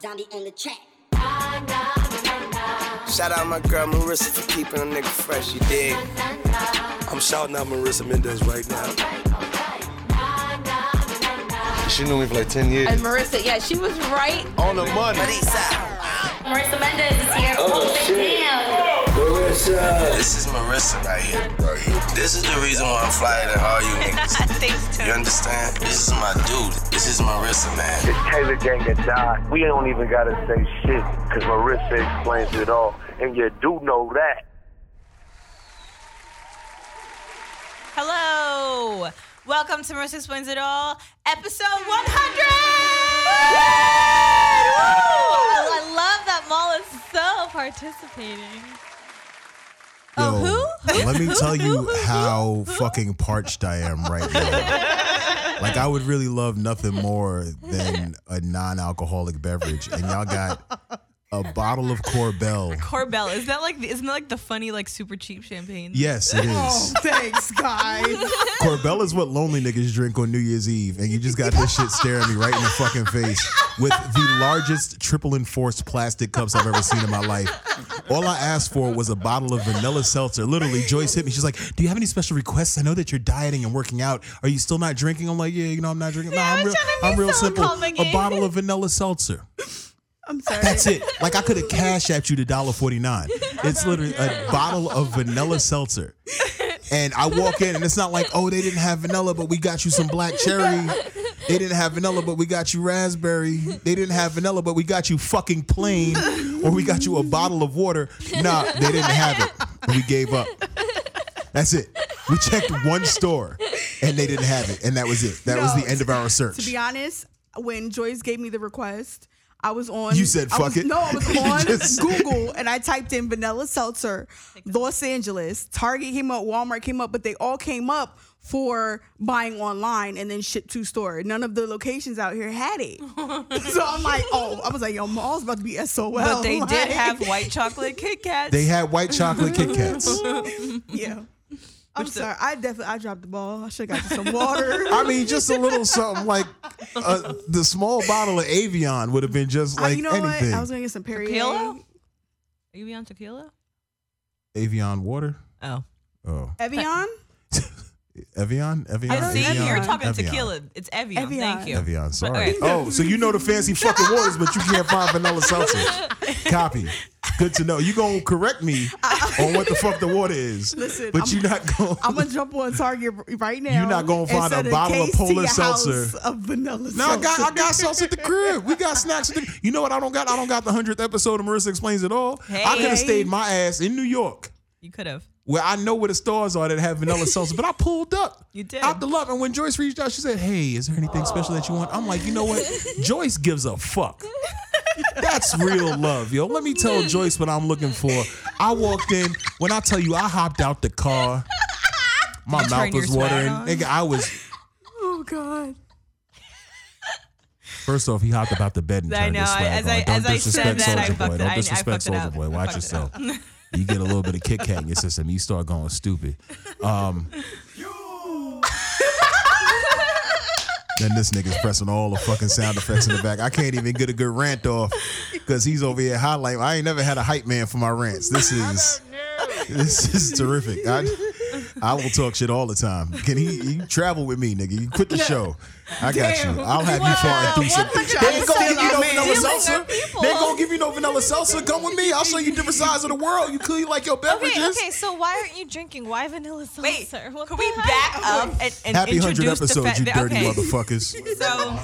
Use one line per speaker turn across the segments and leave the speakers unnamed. zombie on the track.
Shout out my girl Marissa for keeping a nigga fresh, you dig?
I'm shouting out Marissa Mendez right now. She knew me for like 10 years.
And Marissa, yeah, she was right.
On the money.
Marissa Mendez is here. Oh, shit.
Marissa. This is Marissa right here. Right here. This is the reason why I'm flyer than all you niggas.
Thanks,
You understand? This is my dude. This is Marissa, man.
It's Taylor Gang that died. We don't even gotta say shit, cause Marissa explains it all. And you do know that.
Hello. Welcome to Marissa Explains It All, episode 100. Woo! I, I love that Maul is so participating. Oh, who? Who?
Let me
Who?
tell
Who?
you
Who?
how fucking parched I am right now. like I would really love nothing more than a non-alcoholic beverage, and y'all got a bottle of Corbel.
Corbell. Is that like isn't that like the funny like super cheap champagne?
Yes, it is.
Thanks, guys.
Corbel is what lonely niggas drink on New Year's Eve, and you just got this shit staring me right in the fucking face with the largest triple enforced plastic cups I've ever seen in my life. All I asked for was a bottle of vanilla seltzer. Literally, Joyce hit me. She's like, "Do you have any special requests? I know that you're dieting and working out. Are you still not drinking?" I'm like, "Yeah, you know, I'm not drinking. No,
Yeah,
I'm
I'm
real.
trying to be
I'm real
so
simple.
calming.
A bottle of vanilla seltzer."
I'm sorry.
That's it. Like I could have cash at you the dollar forty nine. It's literally a bottle of vanilla seltzer. And I walk in and it's not like, oh, they didn't have vanilla, but we got you some black cherry. They didn't have vanilla, but we got you raspberry. They didn't have vanilla, but we got you fucking plain. Or we got you a bottle of water. Nah, they didn't have it. We gave up. That's it. We checked one store and they didn't have it. And that was it. That was
No.
the end of our search.
To be honest, when Joyce gave me the request, I was on.
You said,
I
"Fuck
was-
it."
No, I was
You
on
just-
Google and I typed in vanilla seltzer, Los Angeles. Target came up, Walmart came up, but they all came up for buying online and then shipped to store. None of the locations out here had it. so I'm like, oh, I was like, yo, mall's about to be SOL.
But they did
Like,
have white chocolate Kit Kats.
Oh they had white chocolate Kit Kats.
Yeah. I'm sorry. I definitely I dropped the ball. I should have got you some water.
I mean, just a little something like uh, the small bottle of Avion would have been just
I-
like
you know
anything.
what? I was gonna get some Perrier.
Tequila? Are you beyond tequila?
Avion water.
Oh.
Oh,
Evian.
Evion, Evion.
I see
Evion?
you're talking
Evion.
tequila. It's Evian.
Evion.
Thank you.
Evion, sorry.
okay.
Oh, so you know the fancy fucking waters, but you can't find vanilla seltzer. Copy. Good to know. You gonna correct me on what the fuck the water is,
Listen,
but
I'm-
you're not gonna.
I'm gonna jump on Target right now.
You're not gonna
and
find a
send
bottle of
case to
Polar
your house
Seltzer.
Of vanilla
No, I got I
seltzer.
got sauce at the crib. We got snacks at the. You know what? I don't got I don't got the hundredth episode of Marissa Explains It All. I could
Hey.
have stayed my ass in New York.
You could have.
where I know where the stars are that have vanilla salsa, but I pulled up.
You did.
Out the love. And when Joyce reached out, she said, Hey, is there anything special that you want? I'm like, You know what? Joyce gives a fuck. That's real love, yo. Let me tell Joyce what I'm looking for. I walked in, when I tell you, I hopped out the car. My
You
mouth
turned your
was
swag
watering.
on?
Nigga, I was.
Oh God.
First off, he hopped about the bed and
I
turned his
know. I-
swag
as
on.
I-
Don't
as I said
disrespect
that, I
Soldier Boy.
fucked- I-
Don't
I
disrespect
fucked it
Soldier
up.
Boy.
I
Watch
fucked it
yourself. You get a little bit of Kit Kat in your system, you start going stupid. Um, then this nigga's pressing all the fucking sound effects in the back. I can't even get a good rant off because he's over here highlighting. I ain't never had a hype man for my rants. This is this is terrific. I, I will talk shit all the time. Can he you travel with me, nigga? You quit the show. I got
Damn.
you. I'll have you far through some. They ain't gonna give you no
Man.
vanilla
Dealing
salsa.
with people.
They ain't gonna give you no vanilla salsa. Come with me. I'll show you different sides of the world. You clearly like your beverages.
Okay, okay, so why aren't you drinking? Why vanilla seltzer?
Wait,
What
could
the
we
heck?
back up and, and
Happy hundred
introduce the
episodes,
fact
you
that-
dirty
okay,
motherfuckers.
So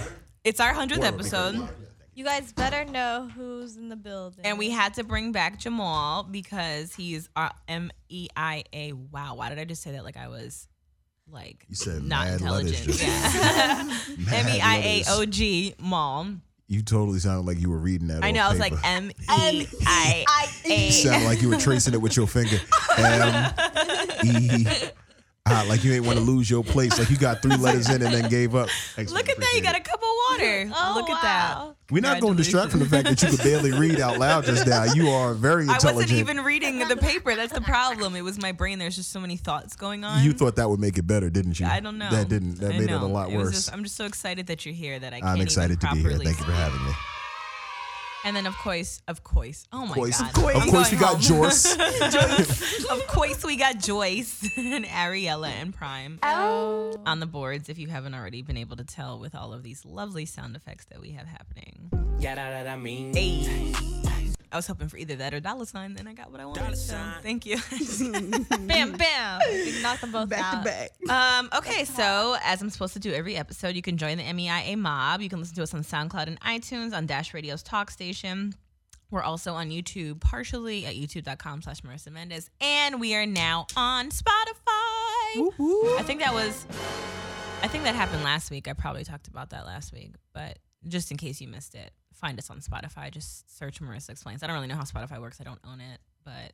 it's our hundredth episode,
You guys better know who's in the building.
and we had to bring back Jamal because he's our M E I A. Wow, why did I just say that? Like I was like
You said
not
mad letters,
intelligent.
just-
yeah.
Mad
M E I A
letters.
O G mom.
You totally sounded like you were reading that.
I
off
know. I was like
paper.
M E I
You
A.
sounded like you were tracing it with your finger. M E. Ah, like you ain't want to lose your place. Like you got three letters in and then gave up. Thanks,
Look
man.
at that! You
Appreciate
got
it.
a cup of water.
Oh,
Look at that.
wow.
We're not going to distract from the fact that you could barely read out loud just now. You are very
I
intelligent.
wasn't even reading the paper. That's the problem. It was my brain. There's just so many thoughts going on.
You thought that would make it better, didn't you?
I don't know.
That didn't. That
I
made it a
know.
lot
was
worse.
Just, I'm just so excited that you're here that I can't
I'm excited
even
to be
properly
here. Thank you for having me.
And then of course, of course. Oh my
course,
god.
of course,
I'm going
we got
home.
Jorce.
of course we got Joyce and Ariella and Prime on the boards if you haven't already been able to tell with all of these lovely sound effects that we have happening. Hey. I was hoping for either that or dollar sign, then I got what I wanted. So thank you.
Bam, bam. We knock them both
Back
out.
to back.
Um, okay, so as I'm supposed to do every episode, you can join the MEIA mob. You can listen to us on SoundCloud and iTunes, on Dash Radio's Talk Station. We're also on YouTube, partially at youtube.com slash Marissa Mendez. And we are now on Spotify. I think that was, I think that happened last week. I probably talked about that last week, but just in case you missed it, find us on Spotify. Just search Marissa Explains. I don't really know how Spotify works. I don't own it, but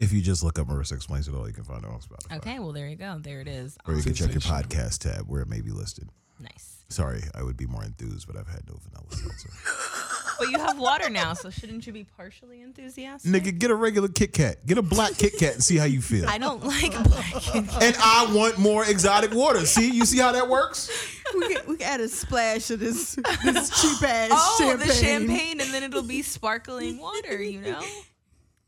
If you just look up Marissa Explains It All, you can find it on Spotify.
okay. Well, there you go. There it is.
Or you can check your
Conversation.
podcast tab where it may be listed.
Nice.
Sorry, I would be more enthused, but I've had no vanilla seltzer.
But you have water now, so shouldn't you be partially enthusiastic?
Nigga, get a regular Kit Kat. Get a black Kit Kat and see how you feel.
I don't like black.
And I want more exotic water. See, you see how that works?
we, can, we can add a splash of this, this cheap ass
Oh,
champagne.
the champagne, and then it'll be sparkling water, you know?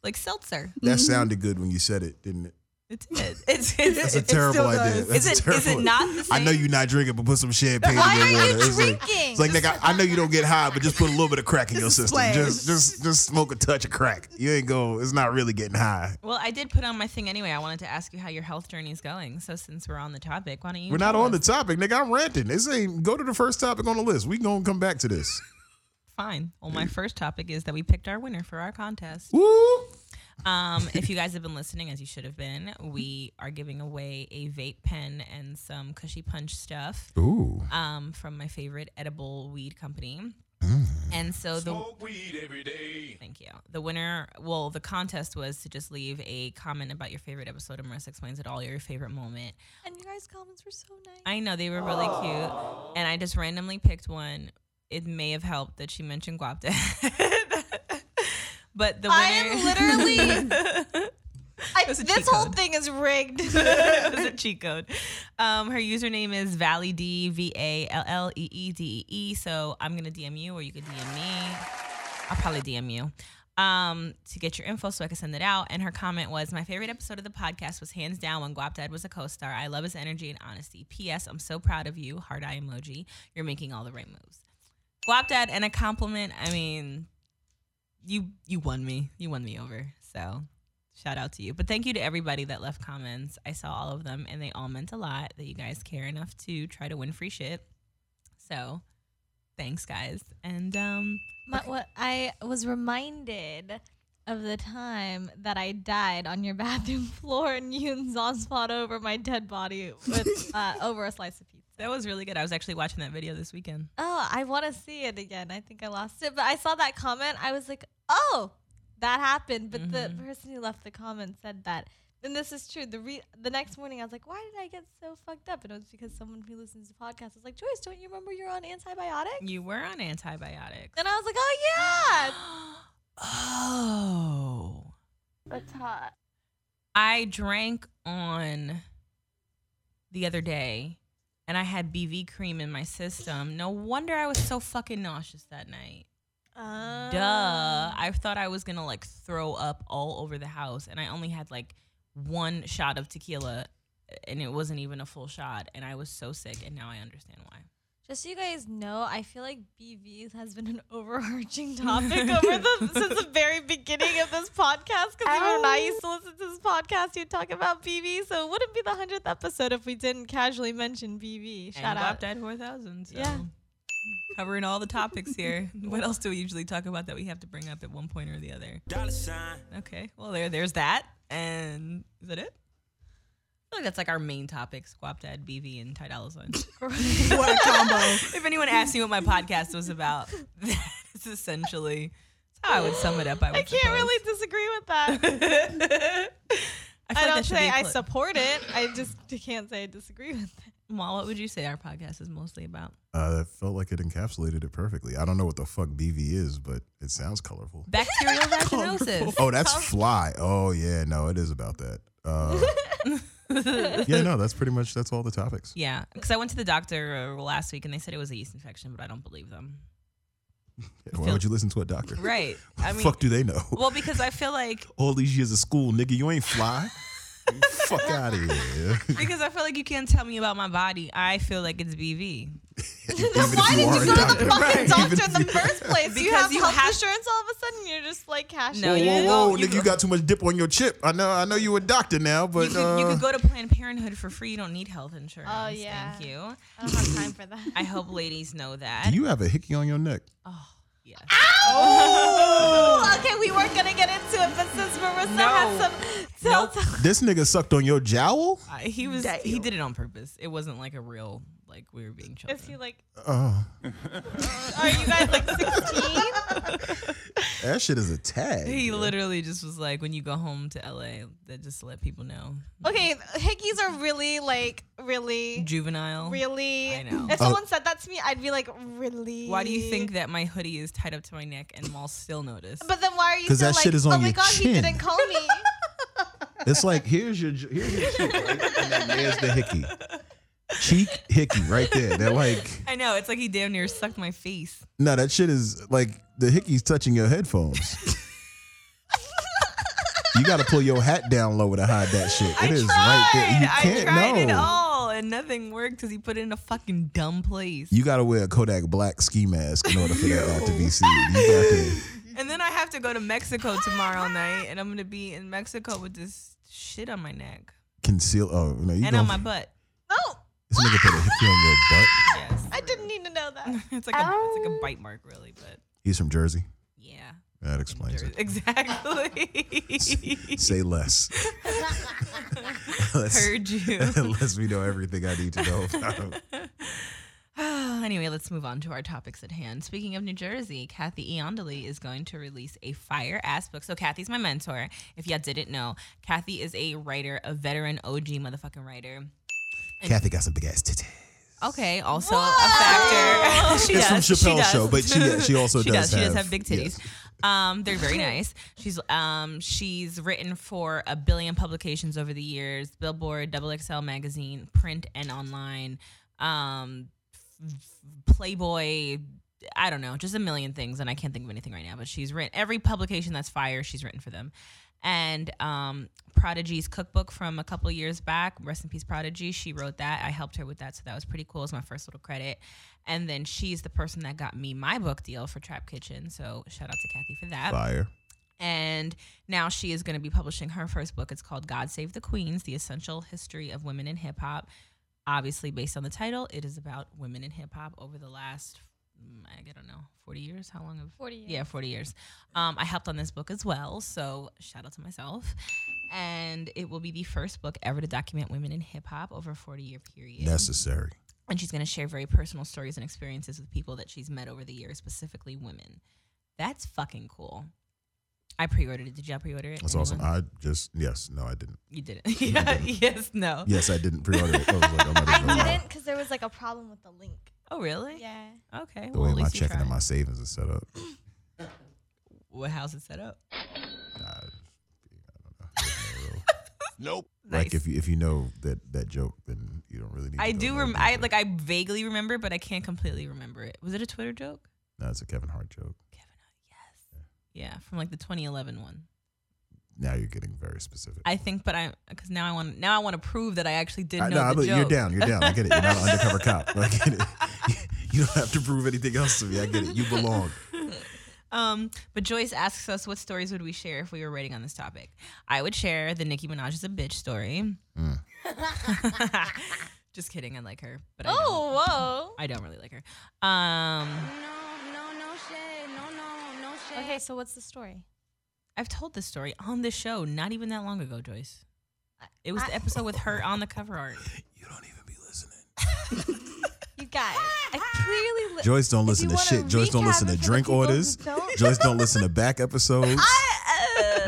Like seltzer.
That sounded good when you said it, didn't it?
It's it. It's, it's,
That's
it's,
a terrible
still
idea.
does.
That's
Is
a
it- is
terrible
it not the
idea. I know
same?
you're not drinking, but put some champagne
Why
in your
are you
water. It's like,
drinking?
it's like, nigga, I know you don't get high, but just put a little bit of crack in your
Just a
system.
splash.
Just, just, just smoke a touch of crack. You ain't go. It's not really getting high.
Well, I did put on my thing anyway. I wanted to ask you how your health journey is going. So since we're on the topic, why don't you?
We're not
tell
on the
us?
topic, nigga. I'm ranting. This ain't go to the first topic on the list. We gonna come back to this.
Fine. Well, my first topic is that we picked our winner for our contest.
Woo!
Um, if you guys have been listening, as you should have been, we are giving away a vape pen and some cushy punch stuff.
Ooh.
um, from my favorite edible weed company.
Mm.
And so the Thank you. The winner, well, the contest was to just leave a comment about your favorite episode of Marissa Explains It All, your favorite moment.
And you guys' comments were so nice.
I know they were really cute, and I just randomly picked one. It may have helped that she mentioned Guap Dad. but the winner
I am
literally
I,
was a
this
cheat
whole
code.
thing is rigged.
it was a cheat code. Um, her username is Valley D V A L L E E D E E. So I'm gonna DM you, or you could DM me. I'll probably DM you um, to get your info so I can send it out. And her comment was, "My favorite episode of the podcast was hands down when Guap Dad was a co-star. I love his energy and honesty. P.S. I'm so proud of you. Hard eye emoji. You're making all the right moves. Guap Dad and a compliment. I mean, you you won me. You won me over. So shout out to you. But thank you to everybody that left comments. I saw all of them and they all meant a lot that you guys care enough to try to win free shit. So thanks guys. And um
My, what, I was reminded of the time that I died on your bathroom floor and you and Zon fought over my dead body with uh, over a slice of pizza.
that was really good. I was actually watching that video this weekend.
Oh, I want to see it again. I think I lost it, but I saw that comment. I was like, oh, that happened. But the person who left the comment said that. And this is true. The re- the next morning, I was like, why did I get so fucked up? And it was because someone who listens to podcasts was like, Joyce, don't you remember you're on antibiotic?
You were on antibiotics.
And I was like, oh yeah.
Oh.
That's hot.
I drank on the other day and I had BV cream in my system. No wonder I was so fucking nauseous that night.
Uh,
Oh.
Duh. I thought I was gonna like throw up all over the house, and I only had like one shot of tequila, and it wasn't even a full shot, and I was so sick, and now I understand why.
Just so you guys know, I feel like BVs has been an overarching topic over the since the very beginning of this podcast. Because even when I used to listen to this podcast, you'd talk about BV. So it wouldn't be the hundredth episode if we didn't casually mention BV. Shout
and
out.
Died 4000. So.
Yeah.
Covering all the topics here. What else do we usually talk about that we have to bring up at one point or the other? Okay. Well, there, there's that. And is that it? I feel like that's like our main topics: Guap Dad, BV, and Ty Dolla Sign.
What a combo.
if anyone asked me what my podcast was about, that's essentially that's how I would sum it up. I, would
I can't really disagree with that.
really. I, feel
I
like
don't
that should be
say
a
I
cli-
support it. I just can't say I disagree with it.
Ma, what would you say our podcast is mostly about?
Uh, that felt like it encapsulated it perfectly. I don't know what the fuck BV is, but it sounds colorful.
Bacterial vaginosis.
Oh, that's fly. Oh yeah, no, it is about that. Uh, yeah, no, that's pretty much that's all the topics.
Yeah, because I went to the doctor uh, last week and they said it was a yeast infection, but I don't believe them.
Why would you listen to a doctor?
Right. I mean,
Fuck do they know?
well, because I feel like
All these years of school, nigga, you ain't fly. You Fuck out of here.
because I feel like you can't tell me about my body. I feel like it's BV.
Even
Why
if
did
are
you
a
go to
doctor.
the fucking
Even
doctor
if
in the first place? you
Because
have
you
health
have-
insurance all of a sudden. You're just like cashing.
No,
in.
you
Whoa,
can
whoa,
go-
nigga,
you
you got too much dip on your chip. I know, I know you a doctor now, but
You could, you
uh,
could go to Planned Parenthood for free. You don't need health insurance.
Oh, yeah.
Thank you.
I don't have time for that.
I hope ladies know that.
do you Ah! have a hickey on your neck?
yeah.
Well, okay, we weren't gonna get into it, but since Marissa
No.
had some telltale,
This nigga sucked on your jowl.
Uh, he was. He did it on purpose. It wasn't like a real like we were being children.
is he like?
Oh,
Are you guys like 16?
that shit is a tag.
He literally just was like, when you go home to LA, that just to let people know,
Okay, hickeys are really like really,
juvenile.
really.
I know.
If
Oh.
someone said that to me, I'd be like, really.
Why do you think that my hoodie is tied up to my neck and Maul still noticed?
But then why are you?
'Cause
still
that
like,
shit is on
Oh my
your
god,
chin."
he didn't call me.
It's like here's your here's your cheek, right? and then there's the hickey, cheek hickey right there. They're like,
I know it's like he damn near sucked my face.
no, that shit is like the hickey's touching your headphones. you got to pull your hat down lower to hide that shit. It is right there. You
I
can't
tried
know.
it all and nothing worked because he put it in a fucking dumb place.
You got to wear a Kodak black ski mask in order for that out to be seen. You got to.
and then I have to go to Mexico tomorrow night, and I'm gonna be in Mexico with this shit on my neck
conceal. Oh no, you
and
gon-
on my butt.
no,
This nigga put a hickey on your butt.
Yes,
I didn't need to know that.
it's like a, it's like a bite mark, really, but
He's from Jersey.
yeah.
That explains it.
Exactly.
Say less. Let's-
Heard you.
Let's me know everything I need to know about him.
anyway, let's move on to our topics at hand. Speaking of New Jersey, Kathy Eondoli is going to release a fire ass book. So Kathy's my mentor. If y'all didn't know, Kathy is a writer, a veteran OG motherfucking writer.
Kathy got some big ass titties.
Okay, also a factor. she
It's from
does. she
Chappelle's
does.
show, but she- she also
she
does
She does
have-
have big titties. Um, they're very nice. She's um, she's written for a billion publications over the years: Billboard, Double XL magazine, print and online, um, Playboy. I don't know, just a million things, and I can't think of anything right now. But she's written every publication that's fire. She's written for them, and um, Prodigy's cookbook from a couple years back. Rest in peace, Prodigy. She wrote that. I helped her with that, so that was pretty cool. It was my first little credit, and then she's the person that got me my book deal for Trap Kitchen. So shout out to Kathy for that
Fire.
and now she is going to be publishing her first book. It's called God Save the Queens: The Essential History of Women in Hip Hop. Obviously, based on the title, it is about women in hip hop over the last mm, I don't know forty years. How long have
40 years.
Yeah, forty years. Um, I helped on this book as well, so shout out to myself. And it will be the first book ever to document women in hip hop over a forty year period
Necessary.
and she's going to share very personal stories and experiences with people that she's met over the years, specifically women. That's fucking cool. I pre-ordered it. Did y'all pre-order it?
That's
Anyone?
awesome. I just yes, no, I didn't.
You did it. yeah. Yes. No.
Yes, I didn't pre-order it. I was like, I'm not even
I
gonna
didn't
lie.
because there was like a problem with the link.
Oh, really?
Yeah.
Okay.
The
well,
way
at
my
least you
checking and
tried.
my savings is set up.
What house is set up?
Nope.
Like
Nice.
if you if you know that that joke, then you don't really need.
I
to
do.
know
Rem-
the
I
joke.
like. I vaguely remember, but I can't completely remember it. Was it a Twitter joke?
No, it's a Kevin Hart joke.
Yeah, from like the 2011 one.
Now you're getting very specific.
I think, but I because now I want now I want to prove that I actually did know
I- no, I
the
believe-
joke.
you're down. You're down. I get it. You're not an undercover cop. I get it. You don't have to prove anything else to me. I get it. You belong.
Um, but Joyce asks us, what stories would we share if we were writing on this topic? I would share the Nicki Minaj is a bitch story.
Mm.
Just kidding, I like her, but I don't,
Oh,
I don't really like her. Um,
whoa. Okay, so what's the story?
I've told this story on this show not even that long ago, Joyce. It was the episode with her on the cover art.
You don't even be listening.
You guys, I clearly. Li-
Joyce don't
If you
listen to
wanna
shit. Joyce don't
recap
listen
it
to
for the
drink
people who
orders.
don't-
Joyce don't listen to back episodes.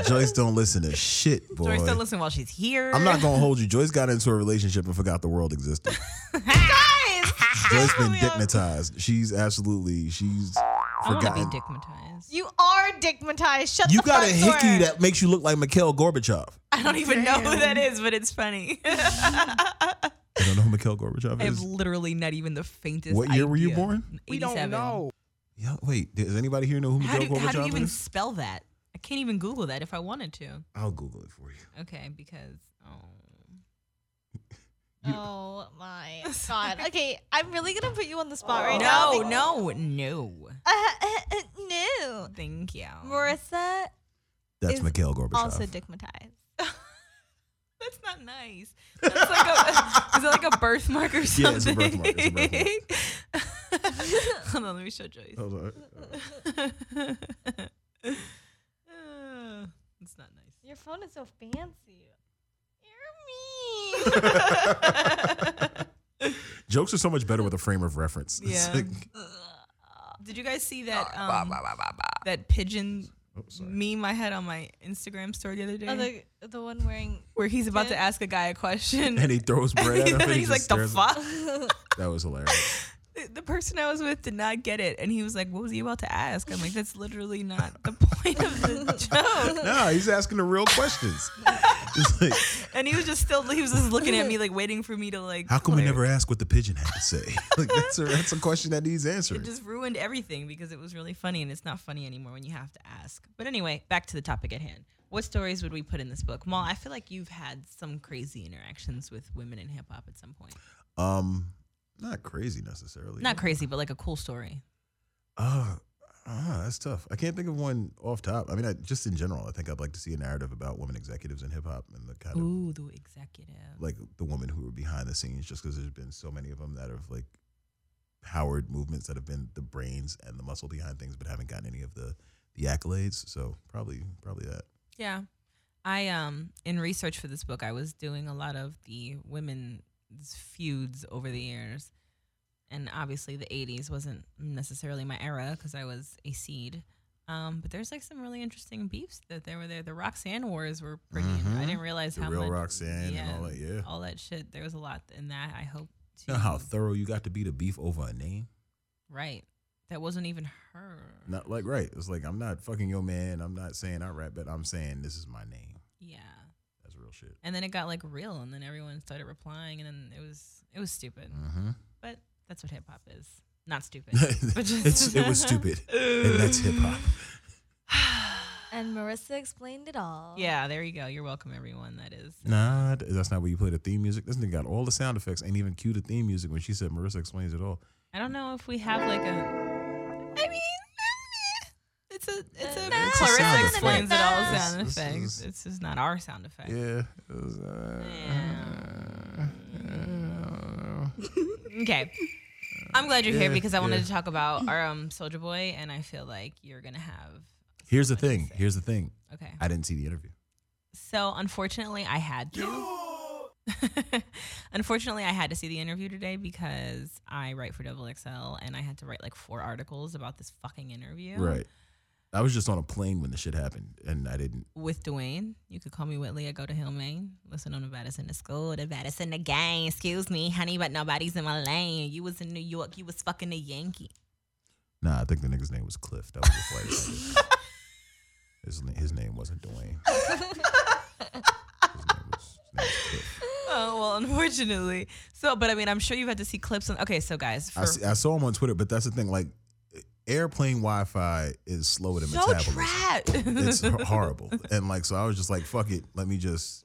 Joyce don't listen to shit, boy.
Joyce, don't listen while she's here.
I'm not gonna hold you. Joyce got into a relationship and forgot the world existed. Joyce been dignitized. She's absolutely she's
I want to
forgotten.
be dickmatized.
you are digmatized. Shut
You
the
got a
front
hickey
door.
that makes you look like Mikhail Gorbachev.
I don't even know who that is, but it's funny.
I don't know who Mikhail Gorbachev
I have
is.
literally not even the faintest.
What year were you
idea.
born?
We don't
87.
know.
Yeah, wait, does anybody here know who
How
Miguel
do, how do you
Gorbachev
even
is?
spell that? I can't even Google that if I wanted to.
I'll Google it for you.
Okay, because oh.
Oh my god. Okay, I'm really gonna put you on the spot right now. Uh,
no, no, Oh, no.
no.
Thank you.
Marissa
That's
Is
Mikhail Gorbachev.
also digmatized.
That's not nice. That's like a, is it like a birthmark or something?
Yeah, it's a birthmark, it's a
birthmark. Hold on, let me show Joyce.
Hold on.
Uh, it's not nice.
Your phone is so fancy. You're mean.
Jokes are so much better with a frame of reference. It's
Yeah.
like-
Did you guys see that um, that pigeon
oh,
meme I had on my Instagram story the other day?
oh, the, the one wearing
where he's about to
Pigeon?
ask a guy a question.
and he throws bread at him. and he
he's like,
just
the
stares at-
fuck?
That was hilarious.
The person I was with did not get it. And he was like, what was he about to ask? I'm like, that's literally not the point of the joke.
nah, he's asking the real questions. It's like,
And he was just still, he was just looking at me, like waiting for me to like.
how come we
clear.
never ask what the pigeon had to say? like that's a that's a question that needs answering.
It just ruined everything because it was really funny, and it's not funny anymore when you have to ask. But anyway, back to the topic at hand. What stories would we put in this book, Mal? I feel like you've had some crazy interactions with women in hip hop at some point.
um, not crazy necessarily.
Not crazy, but like a cool story.
Uh, uh, that's tough. I can't think of one off top. I mean, I, just in general, I think I'd like to see a narrative about women executives in hip hop and the kind of
Ooh, the executive.
like the women who were behind the scenes just because there's been so many of them that have like powered movements that have been the brains and the muscle behind things but haven't gotten any of the the accolades so probably probably that
Yeah. I um in research for this book I was doing a lot of the women's feuds over the years. And obviously the 80s wasn't necessarily my era cuz I was a seed. Um, but there's like some really interesting beefs that they were there. The Roxanne Wars were pretty.
Mhm.
I didn't realize
The
how
real
much
Roxanne and all that, yeah.
all that shit. There was a lot in that. I hope. To,
you know how thorough you got to be to beef over a name
right? That wasn't even her.
not like right it's like i'm not fucking your man i'm not saying i rap but i'm saying this is my name
Yeah.
that's real shit
and then it got like real and then everyone started replying and then it was it was stupid but that's what hip-hop is not stupid but just
it's, it was stupid and that's hip-hop
and Marissa explained it all.
yeah there you go you're welcome everyone that is
Nah, th- that's not where you play the theme music. This nigga got all the sound effects, ain't even cue the theme music when she said Marissa explains it all.
i don't know if we have like a i mean it's a it's a
It's a sound
clarissa
effect.
explains it all
This-
sound
this
effects
is-
it's just not our sound effect
Yeah. it was, uh,
okay i'm glad you're here because i wanted to talk about our um soldier boy and i feel like you're gonna have
Here's the thing. Here's the thing.
okay
I didn't see the interview.
So unfortunately, I had to. unfortunately, I had to see the interview today because I write for Double XL and I had to write like four articles about this fucking interview.
Right. I was just on a plane when the shit happened, and I didn't.
With Dwayne. You could call me Whitley. I go to Hill, Maine. Listen on Nevada's in the school. Nevada's in the gang. Excuse me, honey, but nobody's in my lane. You was in New York. You was fucking a Yankee.
Nah, I think the nigga's name was Cliff. That was the flight. attendant. his, na- his name wasn't Dwayne. His name was, his name was Cliff.
Oh, well, unfortunately. So, but I mean, I'm sure you've had to see clips. On, okay, so guys. For,
I, see, I saw him on Twitter, but that's the thing. Like, airplane Wi-Fi is slower than
so
metabolism.
trapped.
it's horrible. And like, so I was just like, fuck it. Let me just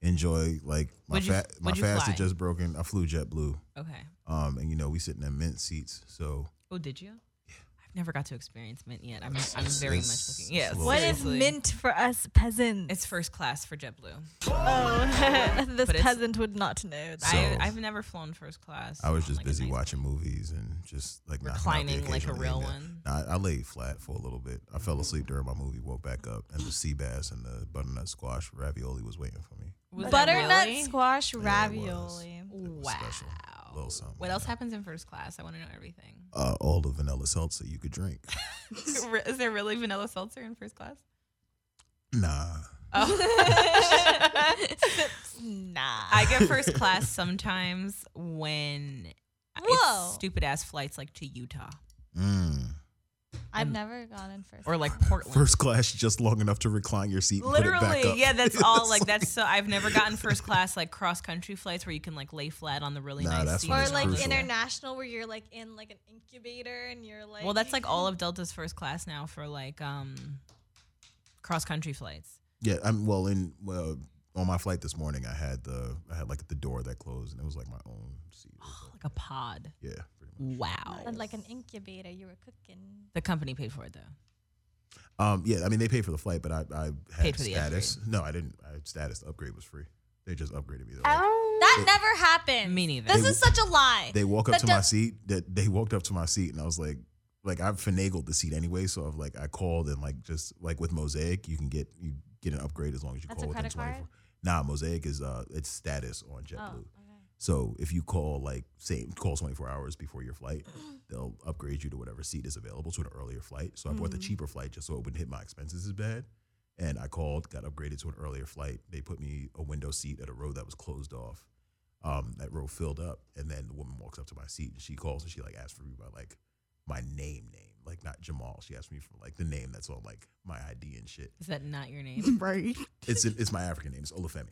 enjoy. Like my
Would you-
fa- my
would you
fast
fly?
had just broken. I flew JetBlue.
okay.
Um, and you know we sit in the mint seats, so
Oh, did you? I've never got to experience mint yet. I'm, I'm very much
it's-
looking. Yeah.
it's
What is
seriously.
mint for us peasants?
It's first class for JetBlue.
oh, this
it's-
peasant would not know that.
I,
So-
I've never flown first class.
I was
on,
just
like, a
busy
nice-
watching movies and just like knocking out the
Reclining like a
occasional
real
email.
one. Mm-hmm.
Nah, I, I laid flat for a little bit. I fell asleep during my movie, woke back up, and the sea bass and the butternut squash ravioli was waiting for me.
Was it
Butternut
really?
squash
Yeah, it was.
ravioli.
It was
Wow.
special. Little something.
What else happens in first class? I want to know everything.
Uh, all the vanilla seltzer you could drink.
Is there really vanilla seltzer in first class?
Nah.
Oh.
Nah.
I get first class sometimes when it's
Whoa.
stupid ass flights like to Utah.
Mm.
I've never gone in first.
or like Portland.
First class, just long enough to recline your seat. And put it back
Literally,
up.
yeah, that's all. Like that's so. I've never gotten first class like cross country flights where you can like lay flat on the really
Nah,
nice
that's
seat.
when
or
it's
like
crucial.
international where you're like in like an incubator and you're like
Well, that's like all of Delta's first class now for like um cross country flights.
Yeah, I'm well in well on my flight this morning. I had the I had like the door that closed, and it was like my own seat. It was like-
Like a pod.
yeah, pretty much.
Wow.
and like an incubator you were cooking.
The company paid for it though.
Um, yeah, I mean they paid for the flight, but I I had
Paid for the
status. no, I didn't. I had status. The upgrade was free. They just upgraded me. Though.
That never happened.
Me neither.
This is such a lie.
They walk up
That
to my
does-
seat. That they walked up to my seat, and I was like, like I've finagled the seat anyway. So I've like I called and like just like with Mosaic, you can get you get an upgrade as long as you
That's
call
a
within
credit card?
24. Nah, Mosaic is uh it's status on
Oh,
JetBlue. So if you call like say call 24 hours before your flight, they'll upgrade you to whatever seat is available to an earlier flight. So I bought the cheaper flight just so it wouldn't hit my expenses as bad. And I called, got upgraded to an earlier flight. They put me a window seat at a row that was closed off. Um, that row filled up, and then the woman walks up to my seat and she calls and she like asks for me by like my name, name, like not Jamal. She asked me for like the name that's on like my ID and shit.
Is that not your name?
Right.
It's it's my African name. It's Olafemi.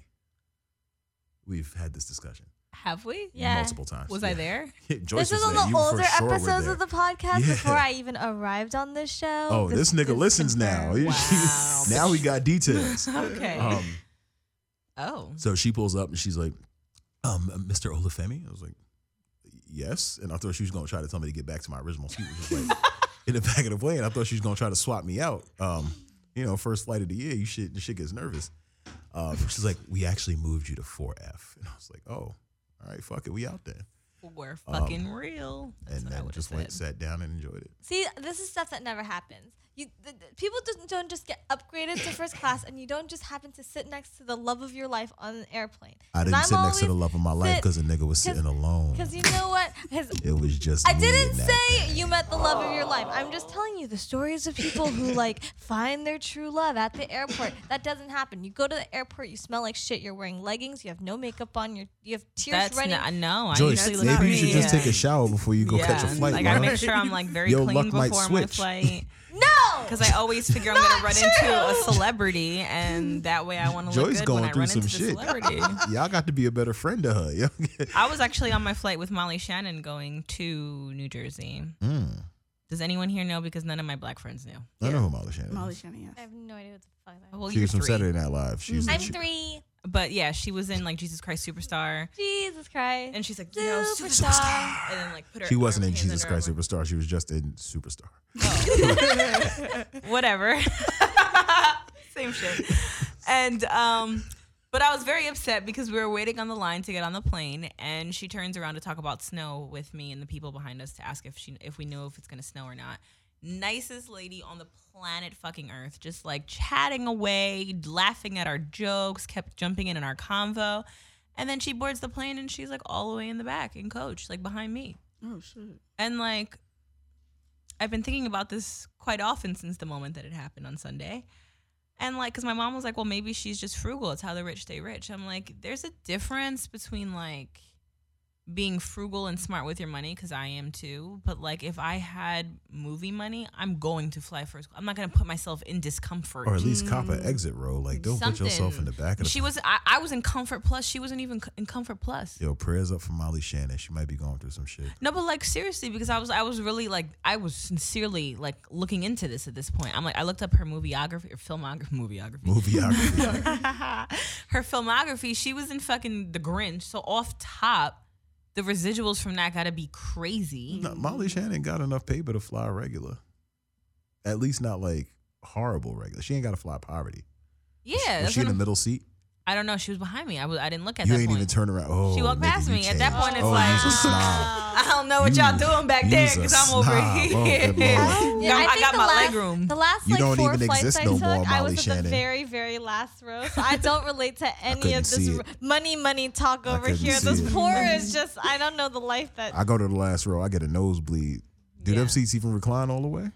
We've had this discussion
Have we?
Yeah.
multiple times.
Was
Yeah.
I there?
Joyce
this is
was
on
there.
the
You for
older
sure were
episodes
there.
of the podcast
Yeah.
before I even arrived on this show.
Oh, this, nigga
is
listens now.
confirmed.
Wow.
now we got details.
Okay.
Um,
oh.
so she pulls up and she's like, um, "Mr. Olafemi." I was like, "Yes," and I thought she was gonna try to tell me to get back to my original seat, which was like in the back of the plane. I thought she was gonna try to swap me out. Um, you know, first flight of the year, you shit, the shit gets nervous. Um, she's like, "We actually moved you to 4F," and I was like, "Oh, all right, fuck it, we out there."
We're fucking real. That's
um, and
what I
then
would have
just
said.
went, sat down, and enjoyed it.
See, this is stuff that never happens. You th- th- people don't, don't just get upgraded to first class, and you don't just happen to sit next to the love of your life on an airplane.
I didn't
I'm
sit next to the
always
love of my life
sit-
because a nigga was sitting alone.
Because you know what? 'Cause
It was just.
I
me
didn't
and that
say
thing.
you met the love of your life. I'm just telling you the stories of people who like find their true love at the airport. That doesn't happen. You go to the airport, you smell like shit. You're wearing leggings. You have no makeup on. You you have tears
That's
running.
not, no.
Joyce,
I usually look
maybe you should
pretty,
just
uh,
take a shower before you go catch a flight.
Like
bro.
I make sure I'm like very
Your
clean
luck might
before my
switch.
flight
no.
because I always figure I'm gonna
Not
run into a celebrity, and that way I want to look
Joy's
good
going
when I
through
run
some
into the
shit.
celebrity.
Y'all got to be a better friend to her. yo. Mm,
I was actually on my flight with Molly Shannon going to New Jersey.
Mm.
Does anyone here know? Because none of my black friends knew.
I know who Molly Shannon.
Molly
Molly
Shannon,
I
yes.
have no idea what the fuck that is.
Well,
she
you're
was from
three.
Saturday Night Live. She's
I'm
she,
three.
But yeah, she was in like Jesus Christ Superstar,
Jesus Christ.
and she's like, you know, superstar.
Superstar.
and then like put her.
she wasn't
her
in
hands
Jesus
under her
Christ Superstar. She was just in Superstar.
whatever. Same shit. And um but I was very upset because we were waiting on the line to get on the plane and she turns around to talk about snow with me and the people behind us to ask if she if we knew if it's going to snow or not. Nicest lady on the planet fucking earth, just like chatting away, laughing at our jokes, kept jumping in in our convo. And then she boards the plane and she's like all the way in the back in coach, like behind me.
Oh shit.
And like, I've been thinking about this quite often since the moment that it happened on Sunday. And like, cause my mom was like, well, maybe she's just frugal. It's how the rich stay rich. I'm like, there's a difference between like being frugal and smart with your money, cause I am too. But like, if I had movie money, I'm going to fly first. I'm not gonna put myself in discomfort.
Or at least cop an
Mm-hmm.
exit row. Like, don't put yourself in the back of the.
She was, I, I was in Comfort Plus. She wasn't even in Comfort Plus.
Yo, prayers up for Molly Shannon. She might be going through some shit.
No, but like seriously, because I was I was really like I was sincerely like looking into this at this point. I'm like I looked up her movieography or filmography movieography.
Movieography.
her filmography, she was in fucking The Grinch. So off top, the residuals from that gotta be crazy.
No, Molly Shannon got enough paper to fly regular. At least not like horrible regular. She ain't got to fly poverty.
Yeah.
was
that's
she in
what
the
I'm-
middle seat?
I don't know. She was behind me. I was I didn't look at
you
that
ain't
point.
even turn around. Oh,
She walked
nigga,
past
you
me. At that
changed.
point, it's
oh,
like,
you's a snob.
I don't know what y'all
You-
doing back
you's
there
a
because I'm over
snob.
here.
Oh, good lord.
Yeah,
Got- I,
think
got
the
my
last,
leg room.
The last
You
like
don't
four
even
flights
exist
I
no
took,
more,
I
Molly
was at
Shannon.
the very, very last row, so I don't relate to any
couldn't
of this
see
r-
it.
money, money talk over
couldn't
here.
see
This
it.
poor is just I don't know the life that.
I go to the last row. I get a nosebleed. Do
Yeah.
them seats even recline all the way?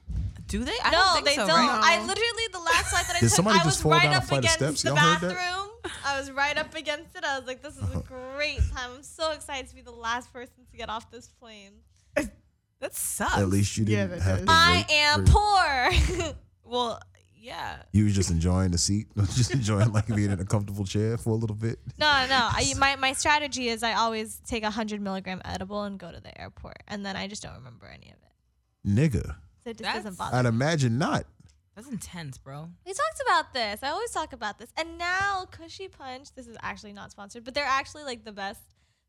Do they? I don't
no,
think
they
so,
don't.
right?
I literally the last flight that I
Did
took,
somebody
I
just
was
fall
right
down a
up
flight of
against
steps?
the
Y'all heard that?
bathroom. I was right up against it. I was like, this is a great time. I'm so excited to be the last person to get off this plane.
That sucks.
At least you
Yeah,
didn't
that
have
does.
to
I
wait
am
for-
poor.
Well, yeah.
You was just enjoying the seat, just enjoying like being in a comfortable chair for a little bit.
No, no. I, my, my strategy is I always take a 100 milligram edible and go to the airport, and then I just don't remember any of it.
Nigga,
So it just
That's-
doesn't bother
I'd
me.
imagine not.
That's intense, bro.
We talked about this. I always talk about this. And now Cushy Punch, this is actually not sponsored, but they're actually like the best.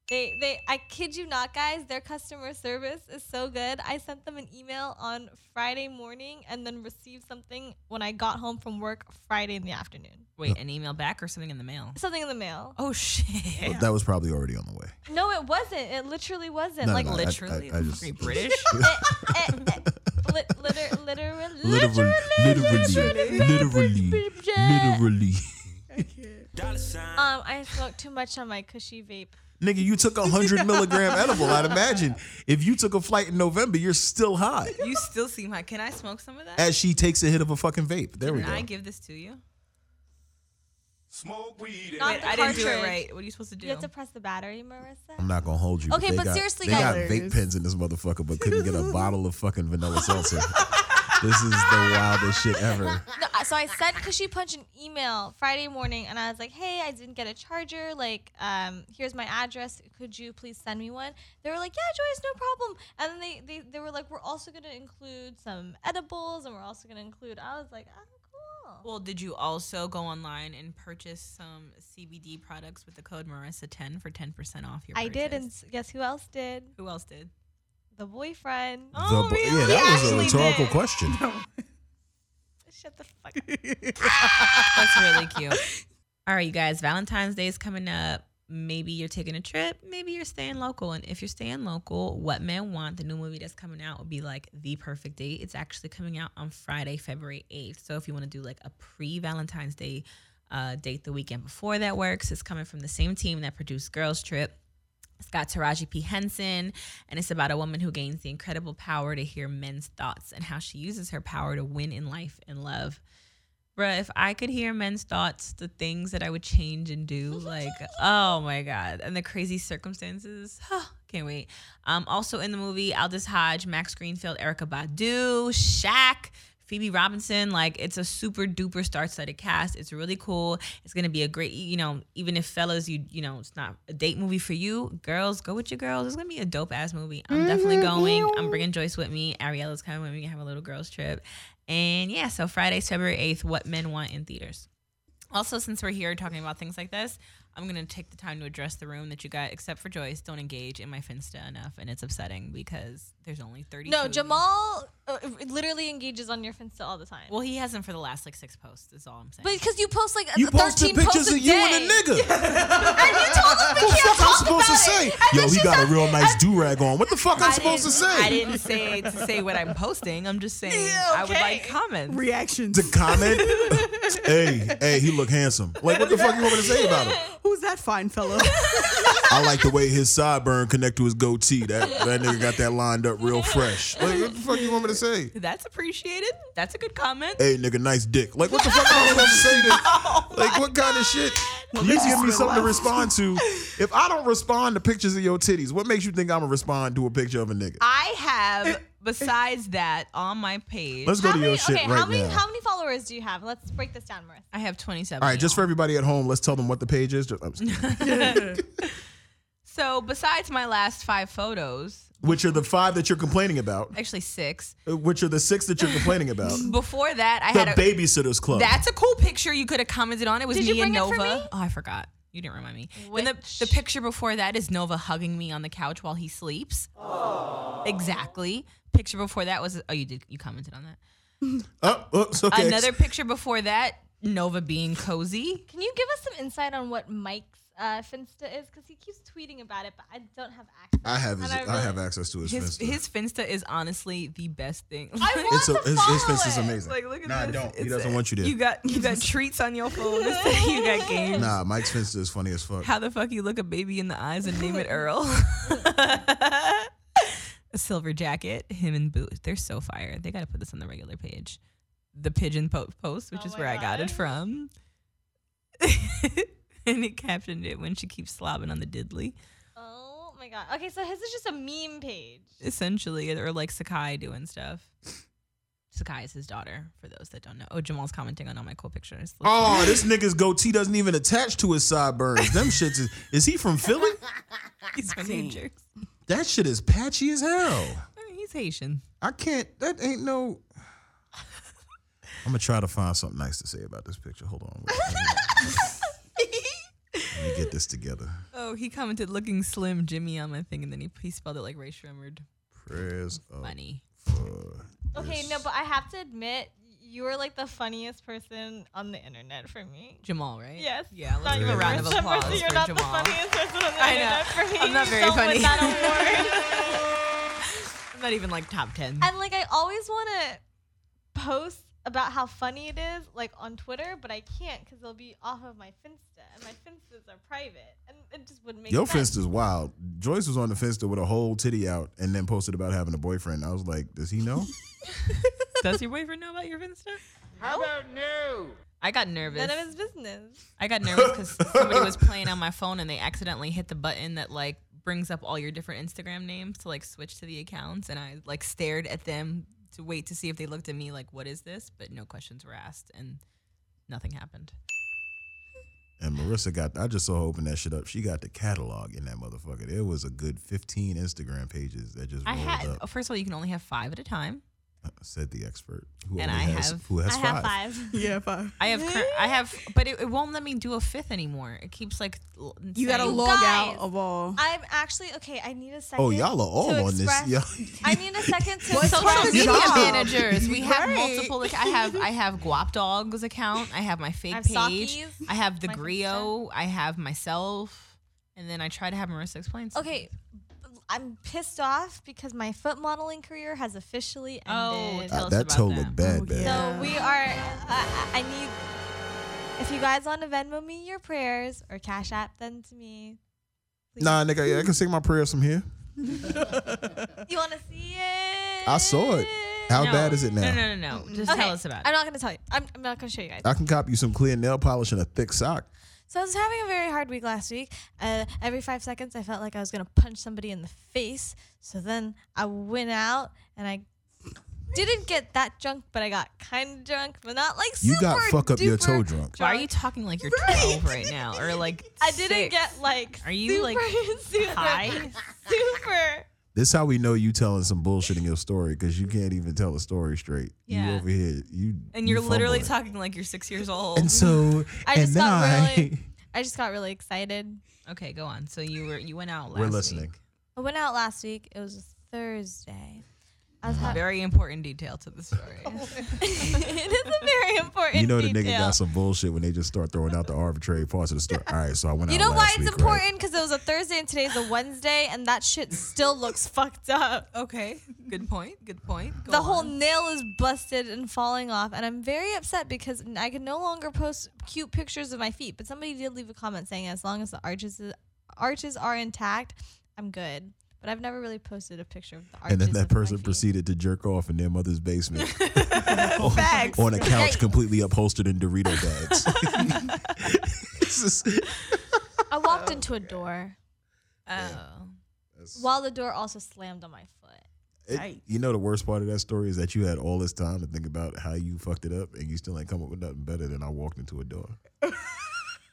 They they I kid you not, guys, their customer service is so good. I sent them an email on Friday morning and then received something when I got home from work Friday in the afternoon.
Wait, an email back or something in the mail?
Something in the mail.
Oh shit.
That was probably already on the way.
No, it wasn't. It literally wasn't.
No,
like
no, I-
lit-
Literally,
I just-
fucking British.
eh, eh, lit- liter- literally
Literally, literally, literally, literally.
Um, I smoked too much on my cushy vape.
Nigga, you took a hundred milligram edible. I'd imagine if you took a flight in November, you're still high.
you still seem high. Can I smoke some of that?
As she takes a hit of a fucking vape. There we
Can
go.
I give this to you?
Smoke weed.
Not
Wait,
the
I didn't do it
cartridge.
right. What are you supposed to do?
You have to press the battery, Marissa.
I'm not gonna hold you.
Okay,
they
but
got-
seriously,
they got
guys-
vape pens in this motherfucker, but couldn't get a bottle of fucking vanilla seltzer. this is the wildest shit ever.
No, uh, so I sent Cushy Punch an email Friday morning, and I was like, "Hey, I didn't get a charger. Like, um, here's my address. Could you please send me one?" They were like, "Yeah, Joyce, no problem." And then they they, they were like, "We're also gonna include some edibles, and we're also gonna include." I was like, "Oh, cool."
Well, did you also go online and purchase some CBD products with the code Marissa10 for 10% off your
I did, and
purchase?
s- guess who else did?
Who else did?
The boyfriend.
Oh,
The-
really? He
Yeah, that was a
actually
rhetorical
did.
question.
Shut the fuck up.
That's really cute. All right, you guys, Valentine's Day is coming up. Maybe you're taking a trip, maybe you're staying local. And if you're staying local, What Men Want, the new movie that's coming out, will be like the perfect date. It's actually coming out on Friday, February 8th. So if you want to do like a pre Valentine's Day uh, date the weekend before that works, it's coming from the same team that produced Girls Trip. It's got Taraji P. Henson, and it's about a woman who gains the incredible power to hear men's thoughts and how she uses her power to win in life and love. Bruh, if I could hear men's thoughts, the things that I would change and do, like, oh my God. And the crazy circumstances. Can't wait. Um, also in the movie, Aldous Hodge, Max Greenfield, Erica Badu, Shaq, Phoebe Robinson. Like, it's a super duper star studded cast. It's really cool. It's gonna be a great, e, you know, even if fellas, you you know, it's not a date movie for you, girls, go with your girls. It's gonna be a dope ass movie. I'm definitely going. I'm bringing Joyce with me. Ariella's coming with me. We can have a little girls trip. And yeah, so Friday's February 8th, What Men Want in Theaters. Also, since we're here talking about things like this, I'm gonna take the time to address the room that you got, except for Joyce. Don't engage in my finsta enough, and it's upsetting because there's only 30.
No, Jamal uh, literally engages on your Finsta all the time.
Well, he hasn't for the last like six posts. Is all I'm saying.
but because you post like
You
13
posted pictures
posts a
of you
day.
and a nigga.
And you told him we
What the
can't
fuck I'm
talk
supposed to
about
say?
it. And
Yo,
then
he
she
got a
said-
real nice do rag on. What the fuck I'm
I
supposed to
didn't-
say?
I didn't say to say what I'm posting. I'm just saying I would like comments.
Reactions.
to comment. hey, hey, he look handsome. Like, what the fuck you want me to say about him?
Who's that fine fellow?
I like the way his sideburn connect to his goatee. That that nigga got that lined up real fresh. Like, what the fuck you want me to say?
That's appreciated. That's a good comment.
Hey, nigga, nice dick. Like, what the fuck am I supposed to say? To, like, what kind of shit? you give me something to respond to. If I don't respond to pictures of your titties, what makes you think I'm gonna respond to a picture of a nigga?
I have, besides that, on my page,
Let's go
How
to
many,
your shit
okay,
right
how many
now.
how many followers do you have? Let's break this down, Marissa.
I have 27.
All right, just for everybody at home, let's tell them what the page is. Just- I'm just kidding.
so besides my last five photos,
which are the five that you're complaining about?
actually six.
uh, Which are the six that you're complaining about?
Before that, I
The
had a,
Babysitters Club.
That's a cool picture. You could have commented on. It was
Did
me
you
and
bring it
Nova.
for me?
Oh, I forgot. You didn't remind me. And the, the picture before that is Nova hugging me on the couch while he sleeps. Oh. Exactly. Picture before that was oh you did you commented on that.
oh, oops, okay.
Another picture before that, Nova being cozy.
Can you give us some insight on what Mike's uh, Finsta is? Because he keeps tweeting about it, but I don't have access.
I have his,
And
I,
really-
have access to his,
His
Finsta.
his Finsta is honestly the best thing.
I want
It's a-
to
his- his
follow
Finsta's
it.
amazing.
Like look at
Nah, I
this.
don't. He
It's-
doesn't want you there.
You got you got treats on your phone. It's- you got games.
nah, Mike's Finsta is funny as fuck.
How the fuck you look a baby in the eyes and name it Earl? a silver jacket, him and Booth. They're so fire. They got to put this on the regular page. The pigeon po- post, which
Oh
is
my
where I got it
God.
from. and it captioned it when she keeps slobbing on the diddly.
Oh my my god. Okay, so his is just a meme page.
essentially, or like Sakai doing stuff. Sakai is his daughter, for those that don't know. Oh, Jamal's commenting on all my cool pictures.
Oh, this nigga's goatee doesn't even attach to his sideburns. Them shits is, is he from Philly?
he's from New Jersey.
That shit is patchy as hell.
I mean, He's Haitian.
I can't. That ain't no. I'm gonna try to find something nice to say about this picture. Hold on. Wait, let, me, let me get this together.
Oh, he commented looking slim Jimmy on my thing, and then he, he spelled it like Ray Shrimmered.
Prayers up
Funny.
for.
Okay, no, but I have to admit, you were like the funniest person on the internet for me.
Jamal, right?
Yes.
Yeah, let's
Not
give
you
a
were
round of
the first
applause
person,
for
You're not
Jamal.
the funniest person on the
I know.
internet for me.
I'm not
You
very
don't win
funny.
that award.
I'm not even like top 10.
And like I always want to post about how funny it is, like on Twitter, but I can't because they'll be off of my Finsta, and my Finstas are private, and it just wouldn't make
Your
sense.
fist is wild. Joyce was on the fist with a whole titty out and then posted about having a boyfriend. I was like, does he know?
Does your boyfriend know about your Finsta?
How about
I got nervous.
none of his business.
I got nervous because somebody was playing on my phone and they accidentally hit the button that like brings up all your different Instagram names to like switch to the accounts, and I like stared at them to wait to see if they looked at me like, "What is this?" But no questions were asked, and nothing happened.
And Marissa got, I just saw her open that shit up. She got the catalog in that motherfucker. There was a good 15 Instagram pages that just
I
rolled
had oh,
up. uh,
first of all, you can only have five at a time.
Said the expert who
And
only
I
has,
have-
who has
I
five.
have five.
Yeah, five.
I have, cur- I have, but it, it won't let me do a fifth anymore. It keeps like l-
You
saying-
gotta log
guys.
out of all.
I'm actually okay. I need a second.
Oh, y'all are all
to
on this.
express-
Yeah.
I need a second to
What's
social
social
wrong with
media
you?
media.
Job.
managers. We have
Right.
multiple. Like I have, I have Guap Dog's account. I have my fake
I have
page.
Saki's,
I have the
my
Griot. I have myself, and then I try to have Marissa explain. Something.
Okay, I'm pissed off because my foot modeling career has officially
Oh,
ended.
tell
Uh,
us
that
about
toe
that.
looked bad,
Oh,
bad.
yeah.
So we are. uh, I I I need. If you guys want to Venmo me your prayers or Cash App them to me,
Nah, nigga, yeah, I can sing my prayers from here.
you want to see it?
I saw it. How bad is it now?
No, no, no, no. Just
Okay,
tell us about
I'm
it.
not gonna tell you. I'm, I'm not gonna show you guys.
I can cop you some clear nail polish and a thick sock.
So I was having a very hard week last week. Uh, every five seconds, I felt like I was gonna punch somebody in the face. So then I went out and I didn't get that drunk, but I got kind of drunk, but not like
You
super
got fuck up your
duper
toe drunk.
Why are you talking like you're 12 right now, or like
I didn't
six?
get like.
Are you, like,
super,
high?
Super.
This how we know you telling some bullshit in your story because you can't even tell a story straight. You
Yeah.
over here, you
And
you
you're literally
fumbling.
talking like you're six years old.
And so,
I
and
just
then
got
I,
really. I just got really excited.
okay, go on. So you were you went out. Last
we're listening.
week.
I went out last week. It was a Thursday. I was having.
Very important detail to the story.
it is a very important.
You know the nigga
detail.
got some bullshit when they just start throwing out the arbitrary parts of the story. All right, so I went
You
out
know why it's
last week, right?
important? Because it was a Thursday and today's a Wednesday, and that shit still looks fucked up.
okay, good point. Good point. Go
The whole
on.
nail is busted and falling off, and I'm very upset because I can no longer post cute pictures of my feet. But somebody did leave a comment saying, as long as the arches uh, arches are intact, I'm good. But I've never really posted a picture of the arches.
And then that
of my
person
feet.
proceeded to jerk off in their mother's basement
Facts.
on a couch completely upholstered in Dorito bags. It's just-
I walked into a door
Oh.
while the door also slammed on my foot.
It-
Yikes.
you know the worst part of that story is that you had all this time to think about how you fucked it up, and you still ain't come up with nothing better than I walked into a door.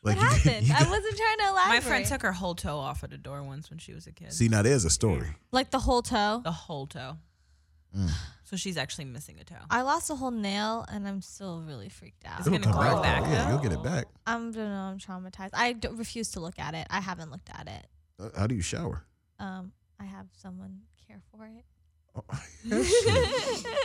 What
like you-
happened?
you
I wasn't trying to elaborate.
My friend took her whole toe off at a door once when she was a kid.
see now there's a story.
like the whole toe.
the whole toe.
Mm.
So she's actually missing a toe.
I lost a whole nail and I'm still really freaked out.
It'll gonna grow
though.
back,
Yeah, you'll
though.
get it back.
I'm don't know, I'm traumatized. I don't, refuse to look at it. I haven't looked at it.
Uh, How do you shower?
Um, I have someone care for it.
Oh, I hear that shit.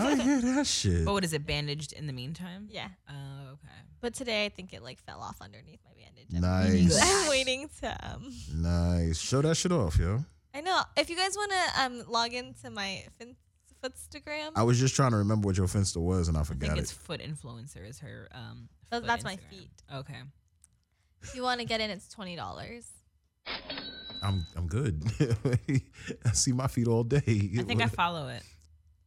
I hear that shit.
But what is it bandaged in the meantime?
Yeah,
Oh, okay.
but today I think it like fell off underneath my bandage. I'm-
Nice,
I'm waiting to. Um,
nice. Show that shit off, yo.
I know if you guys want to um log into my fin- Footstagram.
I was just trying to remember what your finster was, and I
I think
forgot
it's
it.
foot influencer is her um
Tha-
foot
that's my
Instagram.
feet.
Okay.
If you want to get in, it's twenty dollars.
I'm I'm good. I see my feet all day.
I think I follow it.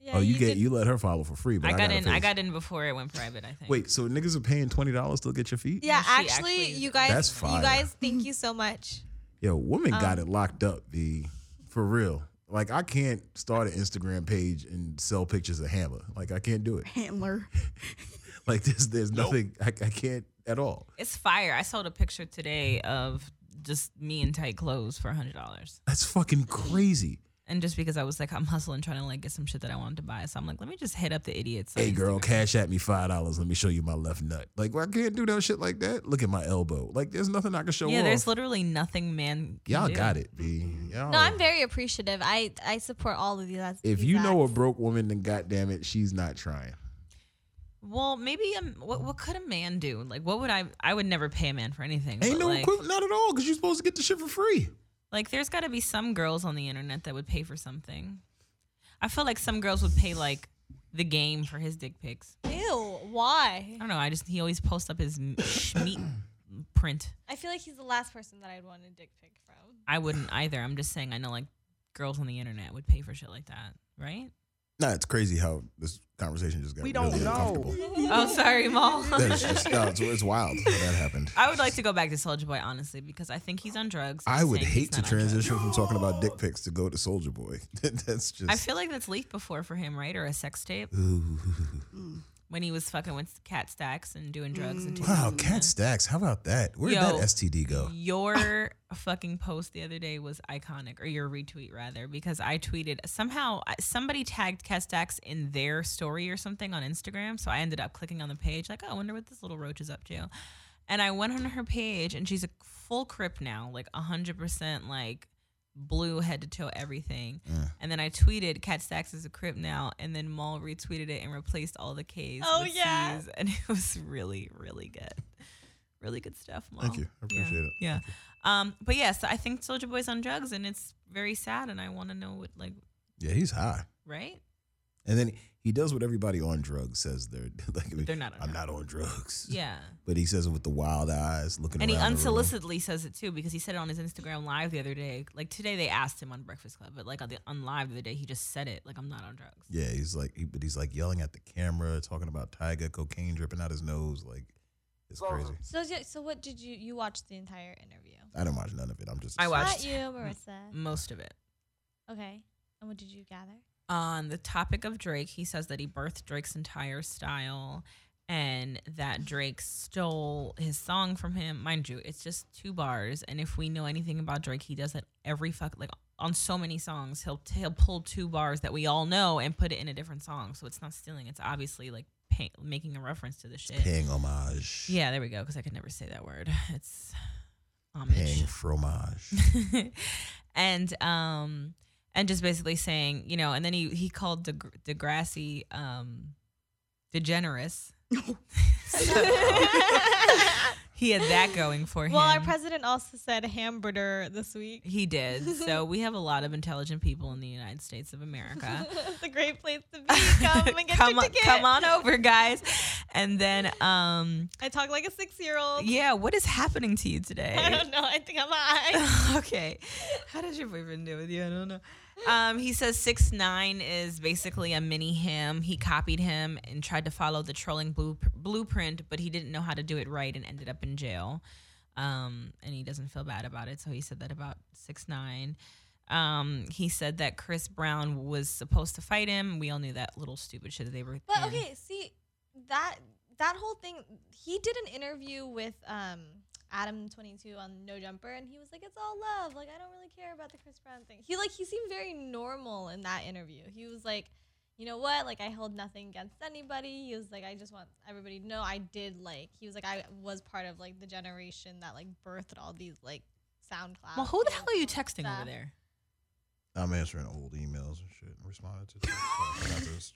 Yeah.
Oh, you, get
could-
you let her follow for free, but I,
I got in I
pay.
got in before it went private, I think.
Wait, so niggas are paying twenty dollars to get your feet?
Yeah,
she
actually,
actually is-
you guys.
That's fire.
You guys, thank you so much.
Yo, woman
Um,
got it locked up, V. For real. Like I can't start an Instagram page and sell pictures of hammer. Like I can't do it.
Handler.
Like there's there's nothing I, I can't at all.
It's fire. I sold a picture today of just me in tight clothes for hundred dollars,
That's fucking crazy.
and just because I was like, I'm hustling, trying to like get some shit that I wanted to buy. So I'm like, let me just hit up the idiots.
Hey girl, cash at me five dollars. Let me show you my left nut. Like well, I can't do that shit like that. Look at my elbow. Like there's nothing I can show
Yeah,
off.
there's literally nothing, man. can
Y'all
do.
got it, B. Y'all.
No, I'm very appreciative. I I support all of these. as-
if
these
you know a
acts.
broke woman, then goddamn it, she's not trying.
Well, maybe um, what what could a man do? Like, what would I? I would never pay a man for anything.
Ain't
but,
no
like,
equivalent, not at all, because you're supposed to get the shit for free.
Like, there's got to be some girls on the internet that would pay for something. I feel like some girls would pay like the game for his dick pics. I
ew, why?
don't know. I just he always posts up his m- sh- meat print.
I feel like he's the last person that I'd want a dick pic from.
I wouldn't either. I'm just saying. I know like girls on the internet would pay for shit like that, right?
Nah, it's crazy how this conversation just got we don't know.
oh, sorry, Maul.
That's just no, it's, it's wild how that happened.
I would like to go back to Soldier Boy honestly because I think he's on drugs.
I
I'm
would
saying
hate
he's
to
not on drugs.
transition from talking about dick pics to go to Soldier Boy. That's just
I feel like that's leaked before for him, right? Or a sex tape when he was fucking with Cat Stacks and doing drugs and
Mm. wow. Cat stacks. How about that? Where did
Mm-hmm. Yo.
that STD go?
Your fucking post the other day was iconic, or your retweet rather, because I tweeted somehow I- somebody tagged Cat Stacks in their story or something on Instagram. So I ended up clicking on the page, like, oh, I wonder what this little roach is up to. And I went on her page, and she's a full crip now, like 100% like blue head to toe everything. And then I tweeted Cat Stacks is a crip now, and then Maul retweeted it and replaced all the K's.
Oh,
with
yeah.
C's, and it was really, really good. Really good stuff, Maul.
Thank you. I
Yeah.
appreciate it.
Yeah. Um, but yes, I think Soldier Boy's on drugs and it's very sad and I wanna know what like
Yeah, he's high.
right?
And then he does what everybody on drugs says they're like. I mean,
They're not on
I'm not on drugs.
Yeah.
But he says it with the wild eyes, looking
And he
around the room.
unsolicitedly says it too because he said it on his Instagram live the other day. Like today they asked him on Breakfast Club, but like on the on live the other day he just said it like I'm not on drugs.
Yeah, he's like, he, but he's like yelling at the camera, talking about Tyga, cocaine dripping out his nose. Like, it's crazy.
So yeah, so what did you you watched the entire interview?
I didn't watch none of it. I'm just.
I watched-
Not you, Marissa.
Most of it.
Okay. And what did you gather?
On the topic of Drake, he says that he birthed Drake's entire style and that Drake stole his song from him. Mind you, it's just two bars. And if we know anything about Drake, he does it every fuck like on so many songs. He'll he'll pull two bars that we all know and put it in a different song. So it's not stealing. It's obviously like pay, making a reference to the shit.
Paying homage.
Yeah, there we go. Because I could never say that word. It's homage
Paying fromage.
and um and just basically saying you know and then he he called De- degrassi um degenerous he had that going for
Well, our
him
president also said hamburger this week.
he did so we have a lot of intelligent people in the united states of america
it's a great place to be. Come and get
come,
your
on,
ticket.
come on over guys and then um
I talk like a six year old.
yeah what is happening to you today
I don't know. I think I'm high.
okay. How does your boyfriend do with you? I don't know. Um, he says six nine is basically a mini him. He copied him and tried to follow the trolling blue, blueprint, but he didn't know how to do it right and ended up in jail. Um, and he doesn't feel bad about it, so he said that about six nine. Um, he said that Chris Brown was supposed to fight him. We all knew that little stupid shit that they were.
But
in.
okay, see that that whole thing. He did an interview with um Adam Twenty Two on No Jumper, and he was like, "It's all love. Like I don't really care about the Chris Brown thing." He like he seemed very normal in that interview. He was like. You know what? Like I hold nothing against anybody. He was like, I just want everybody to know I did like. He was like, I was part of like the generation that like birthed all these like SoundCloud.
Well, who the hell are you
hits and
texting over
stuff.
there?
I'm answering old emails and shit. and Responding to. Texts.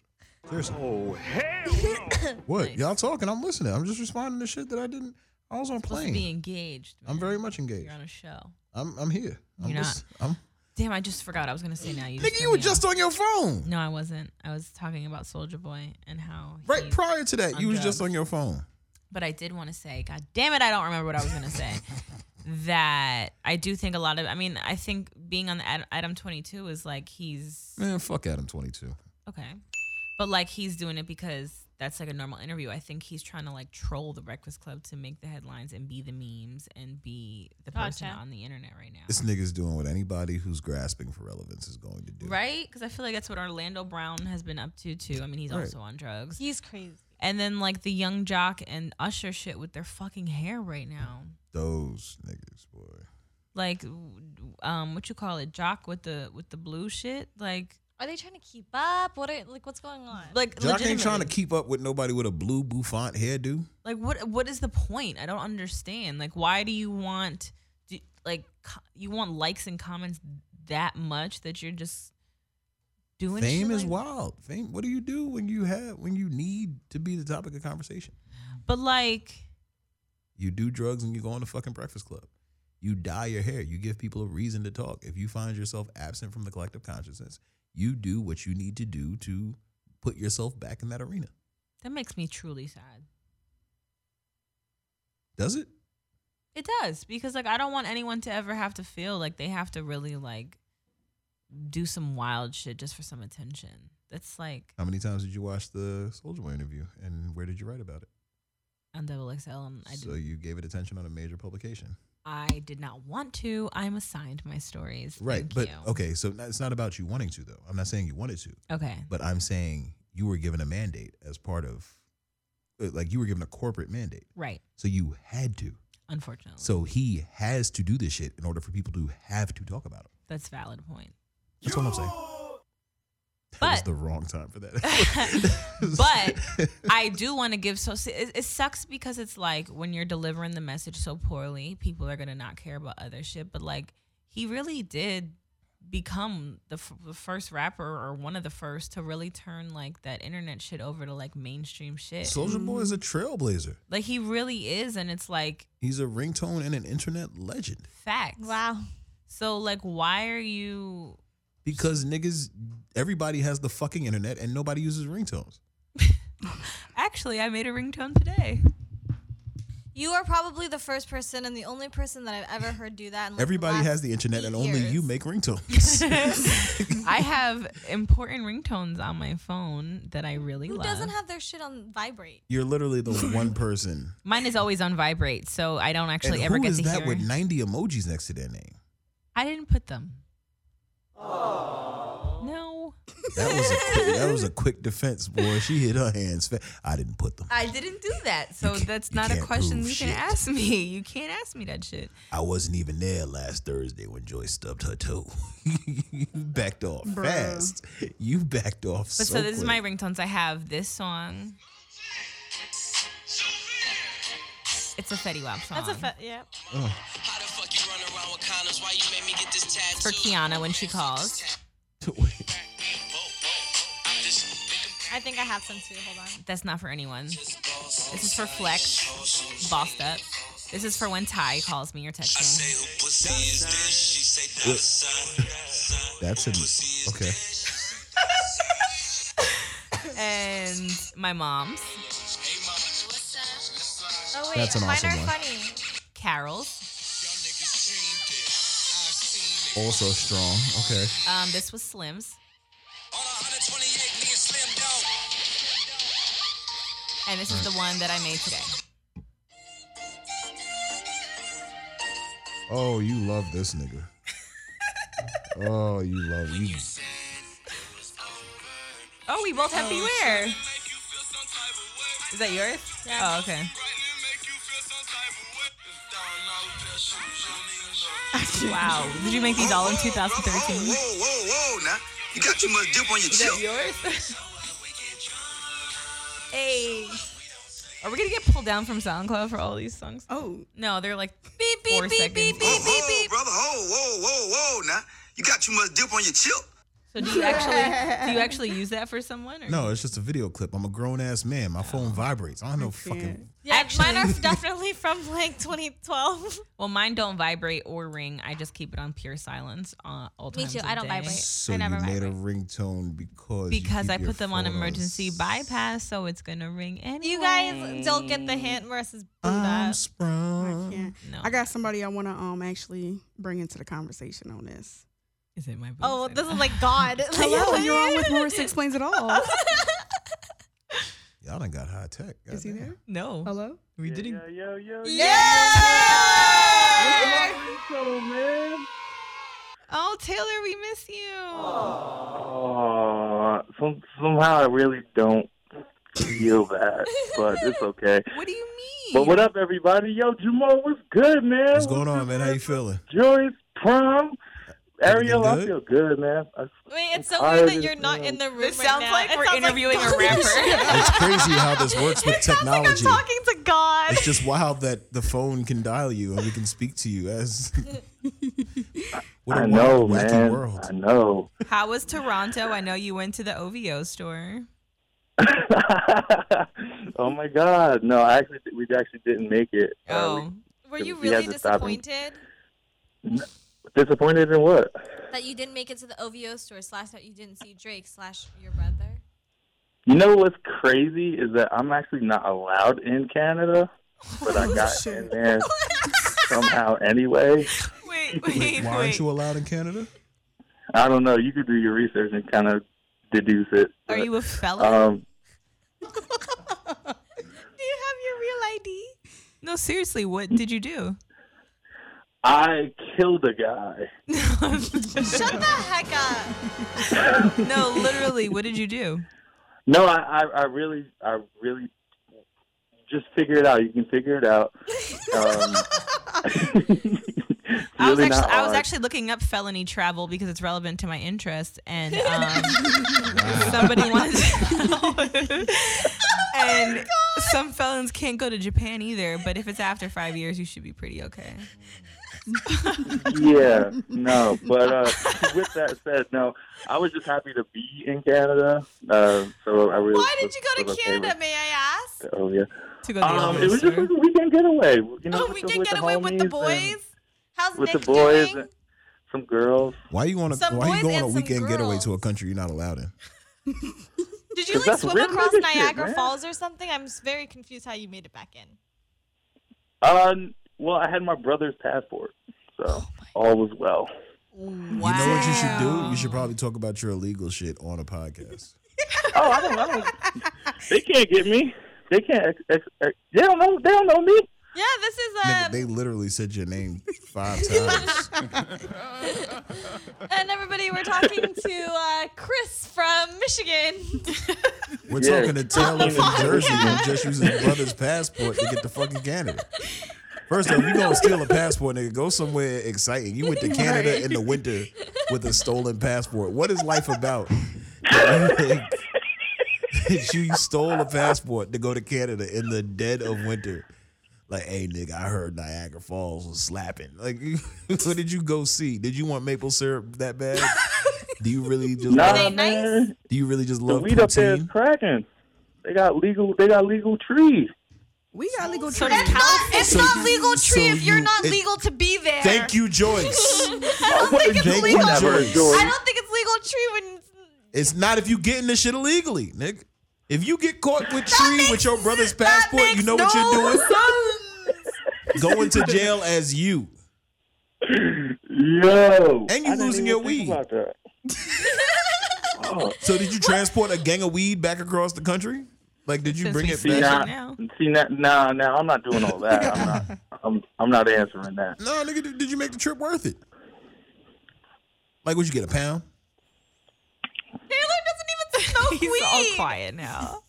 Seriously.
Oh, hell
What y'all talking? I'm listening. I'm just responding to shit that I didn't. I was on
Supposed to be
plane.
engaged.
I'm
man.
very much engaged.
You're on a show.
I'm I'm here. I'm
You're not.
lis- I'm,
Damn, I just forgot. I was gonna say now. You
nigga,
threw
you were
me
just
off.
on your phone.
No, I wasn't. I was talking about Soldier Boy and how.
Right
he-
prior to that,
on
you was just
drugs.
on your phone.
but I did want to say, God damn it, I don't remember what I was gonna say. that I do think a lot of. I mean, I
Mm.
think being on the Adam, Adam Twenty Two is like he's
Man, fuck Adam 22.
okay. But like he's doing it because that's like a normal interview. I think he's trying to like troll the Breakfast Club to make the headlines and be the memes and be the person
Gotcha.
on the internet right now.
This nigga's doing what anybody who's grasping for relevance is going to do.
Right? Because I feel like that's what Orlando Brown has been up to too. I mean, he's also on drugs.
He's crazy.
And then like the young jock and Usher shit with their fucking hair right now.
Those niggas, boy.
Like, w- um, what you call it, jock with the with the blue shit. Like,
Are they trying to keep up? What are like what's going on?
like
Jock ain't trying to
legitimately.
keep up with nobody with a blue bouffant hairdo.
like what what is the point i don't understand like why do you want do, like co- you want likes and comments that much that you're just doing
Fame
shit
is
like-
wild. Fame. What do you do when you have when you need to be the topic of conversation?
but like
You do drugs and you go on the fucking Breakfast Club. You dye your hair. You give people a reason to talk. If you find yourself absent from the collective consciousness, you do what you need to do to put yourself back in that arena.
that makes me truly sad
Does it?
it does because like i don't want anyone to ever have to feel like they have to really like do some wild shit just for some attention that's like
How many times did you watch the Soldier Boy interview, and where did you write about it?
on double xl and i
so
did,
you gave it attention on a major publication,
i did not want to i'm assigned my stories
right?
Thank
but
you.
okay, so n- it's not about you wanting to, though. I'm not saying you wanted to,
okay
but I'm saying you were given a mandate as part of, uh, like, you were given a corporate mandate,
right
so you had to.
unfortunately
So he has to do this shit in order for people to have to talk about him.
that's valid point
That's all I'm saying. That was
But-
the wrong time for that.
But- I do want to give so see, it, it sucks because it's like when you're delivering the message so poorly, people are gonna not care about other shit. But like he really did become the, f- the first rapper or one of the first to really turn like that internet shit over to like mainstream shit.
Soldier Boy is a trailblazer.
like he really is, and it's like
He's a ringtone and an internet legend.
facts.
wow.
So like, why are you?
Because niggas, everybody has the fucking internet and nobody uses ringtones.
Actually, I made a ringtone today.
You are probably the first person and the only person that I've ever heard do that.
Mm-hmm.
in, like, the
Everybody
last
has the internet
eight
and only
years.
you make ringtones.
I have important ringtones on my phone that I really
Who
love.
doesn't have their shit on vibrate?
You're literally the one person.
Mine is always on vibrate, so I don't actually
and
ever
who
get
is
to
that
hear.
with 90 emojis next to their name?
I didn't put them. No,
That was a quick, that was a quick defense, boy. She hit her hands. Fa- I didn't put them.
I didn't do that. So
can't-
that's
you
not a
can't
question
prove
you can
shit.
ask me. You can't ask me that shit.
I wasn't even there last Thursday when Joyce stubbed her toe. you backed off fast. You backed off.
But so,
so
this is
quick.
my ringtones. I have this song. It's a Fetty Wap song.
That's a fe- yeah.
Oh.
How the fuck you run around with condoms? Why you made me get this tattoo?
for Kiana when she calls.
I think I have some too. Hold on.
That's not for anyone. This is for Flex, Bossed Up. This is for when Ty calls me or texts me.
That's an okay.
And my mom's,
Oh wait,
That's an
mine
awesome
are
one.
funny.
Carol's.
Also strong. Okay.
Um, this was Slim's, and this is the one that I made today.
Oh, you love this nigga. oh, you love you.
Oh, we both have Beware. Is that yours?
Yeah.
Oh, okay. Wow. Did you make these all in 2013?
Whoa, whoa, whoa, now. You got too much dip on your
Is that
chip.
yours? hey. Are we gonna get pulled down from SoundCloud for all these songs?
Oh,
No, they're like
Beep
four
beep beep
seconds.
beep
Whoa,
beep beep
whoa,
beep.
brother. Whoa, whoa, whoa, whoa, now. You got too much dip on your chip.
So do you actually do you actually use that for someone? Or?
No, it's just a video clip. I'm a grown ass man. My phone vibrates. I don't know fucking.
Yeah,
Actually-
mine are definitely from like 2012.
Well, mine don't vibrate or ring. I just keep it on pure silence uh, all
Me
times
too.
of
I don't
day.
vibrate.
So
I never
you made a
vibrate.
ringtone because you
because
keep
I
your
put them on
phone
emergency
s-
bypass, so it's gonna ring anyway.
You guys don't get the hint versus
I'm
Buddha.
sprung.
yeah.
No.
I got somebody I want to um actually bring into the conversation on this.
Is it my?
Oh,
boobs?
this is like God.
Hello, you're on with Morris Explains It All.
Y'all done got high tech.
Is he
Goddamn.
there?
No,
Hello?
we didn't.
Yo, yo, yo.
Yeah.
Hello, man.
Oh, Taylor, we miss you.
Oh, some, somehow I really don't feel that, but it's okay.
What do you mean?
But what up, everybody? Yo, Jamal, what's good, man?
What's going on, man? How you feeling?
Joyce, prom, Ariel, I
good?
feel good, man. I,
Wait, it's so
I
weird that
just,
you're not
um,
in the room.
This
right
sounds
now.
like
It
we're
sounds like-
interviewing a rapper.
It's crazy how this works with technology.
talking to God.
It's just wild that the phone can dial you and we can speak to you as. what a
I
wild,
know,
wacky
man.
world.
I know.
How was Toronto? I know you went to the OVO store.
oh my God! No, I actually, we actually didn't make it. Uh,
Oh,
Were you
We had
really
to stop and-
disappointed
we- disappointed in what?
that you didn't make it to the OVO store slash that you didn't see Drake slash your brother?
You know what's crazy is that I'm actually not allowed in Canada, but I got in there somehow anyway.
wait,
Wait,
wait,
why
wait.
aren't you allowed in Canada?
I don't know. You could do your research and kind of deduce it.
Are
but,
you a fella?
Um,
do you have your real ID? No, seriously, what did you do?
I killed a guy.
Shut the heck up.
no, literally, what did you do?
No, I, I, I really, I really just figure it out. You can figure it out. Um,
I was
really not
actually I was
hard.
actually looking up felony travel because it's relevant to my interests, and um, somebody wanted
Oh
to and some felons can't go to Japan either. But if it's after five years, you should be pretty okay.
yeah, no, but uh, with that said, no, I was just happy to be in Canada. Uh, so I really.
Why did
was-
you go
was
to
okay with
Canada, may I ask?
it. Oh yeah.
To go to the
Um,
Elvis
it was just
store.
like a weekend getaway. You know,
oh, we
with the-
did
with
get
the
away with the
homies and
boys. How's
With
Nick
the boys,
doing?
and some girls.
Why you want to?
Some
Why
boys
you going
and
on a
some
weekend getaway to a
girls.
country you're not allowed in?
Did
'Cause
you like
that's
swim
real
across
nigga shit,
Niagara
man.
Falls or something? I'm s- very confused how you made it back in.
Um, well, I had my brother's passport, so
Oh,
all was well.
You know what you should do? You should probably talk about your illegal shit on a podcast.
Oh, I don't know. they can't get me. They can't. Ex- ex- ex- they don't know. They don't know me.
Yeah, this is
Nigga,
um,
they literally said your name five times.
and everybody we're talking to uh, Chris from Michigan.
We're
Yeah.
talking to Taylor from Jersey who just used his brother's passport to get to fucking Canada. First off, you gonna steal a passport, nigga? Go somewhere exciting. You went to Canada in the winter with a stolen passport. What is life about? you stole a passport to go to Canada in the dead of winter. Like, hey, nigga, I heard Niagara Falls was slapping. Like, what did you go see? Did you want maple syrup that bad? Do you really just
Nah,
love,
Oh, man.
do you really just
The
love
weed up there is
poutine?
cracking. They got legal. They got legal trees.
We got legal
So
trees.
does Cali-
uh, It's
So
not
you-
legal
so
tree if you're
you-
not
it-
legal to be there.
Thank you, Joyce.
I don't think it's
Thank
legal.
you,
Never
Joyce.
enjoyed
I don't think it's legal tree when it's-
It's not if you getting this shit illegally, nigga. If you get caught with tree with your brother's passport, you know what you're doing. Going to jail as you.
Yo.
And you
I didn't
losing
even
your
think
weed.
about that.
So did you transport a gang of weed back across the country? Like, did you
Since
bring
we
it
see
back?
that.
Nah,
Right now.
see, nah, nah, nah, I'm not doing all that. I'm not. I'm, I'm not answering that.
No, nigga, did, did you make the trip worth it? Like, would you get a pound?
Taylor doesn't even smoke
He's
weed.
all quiet now.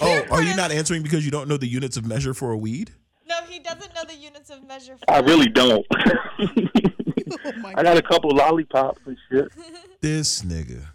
Oh, are you not answering because you don't know the units of measure for a weed?
No, he doesn't know the units of measure. For
I really don't.
Oh
I got a couple lollipops and shit.
This nigga.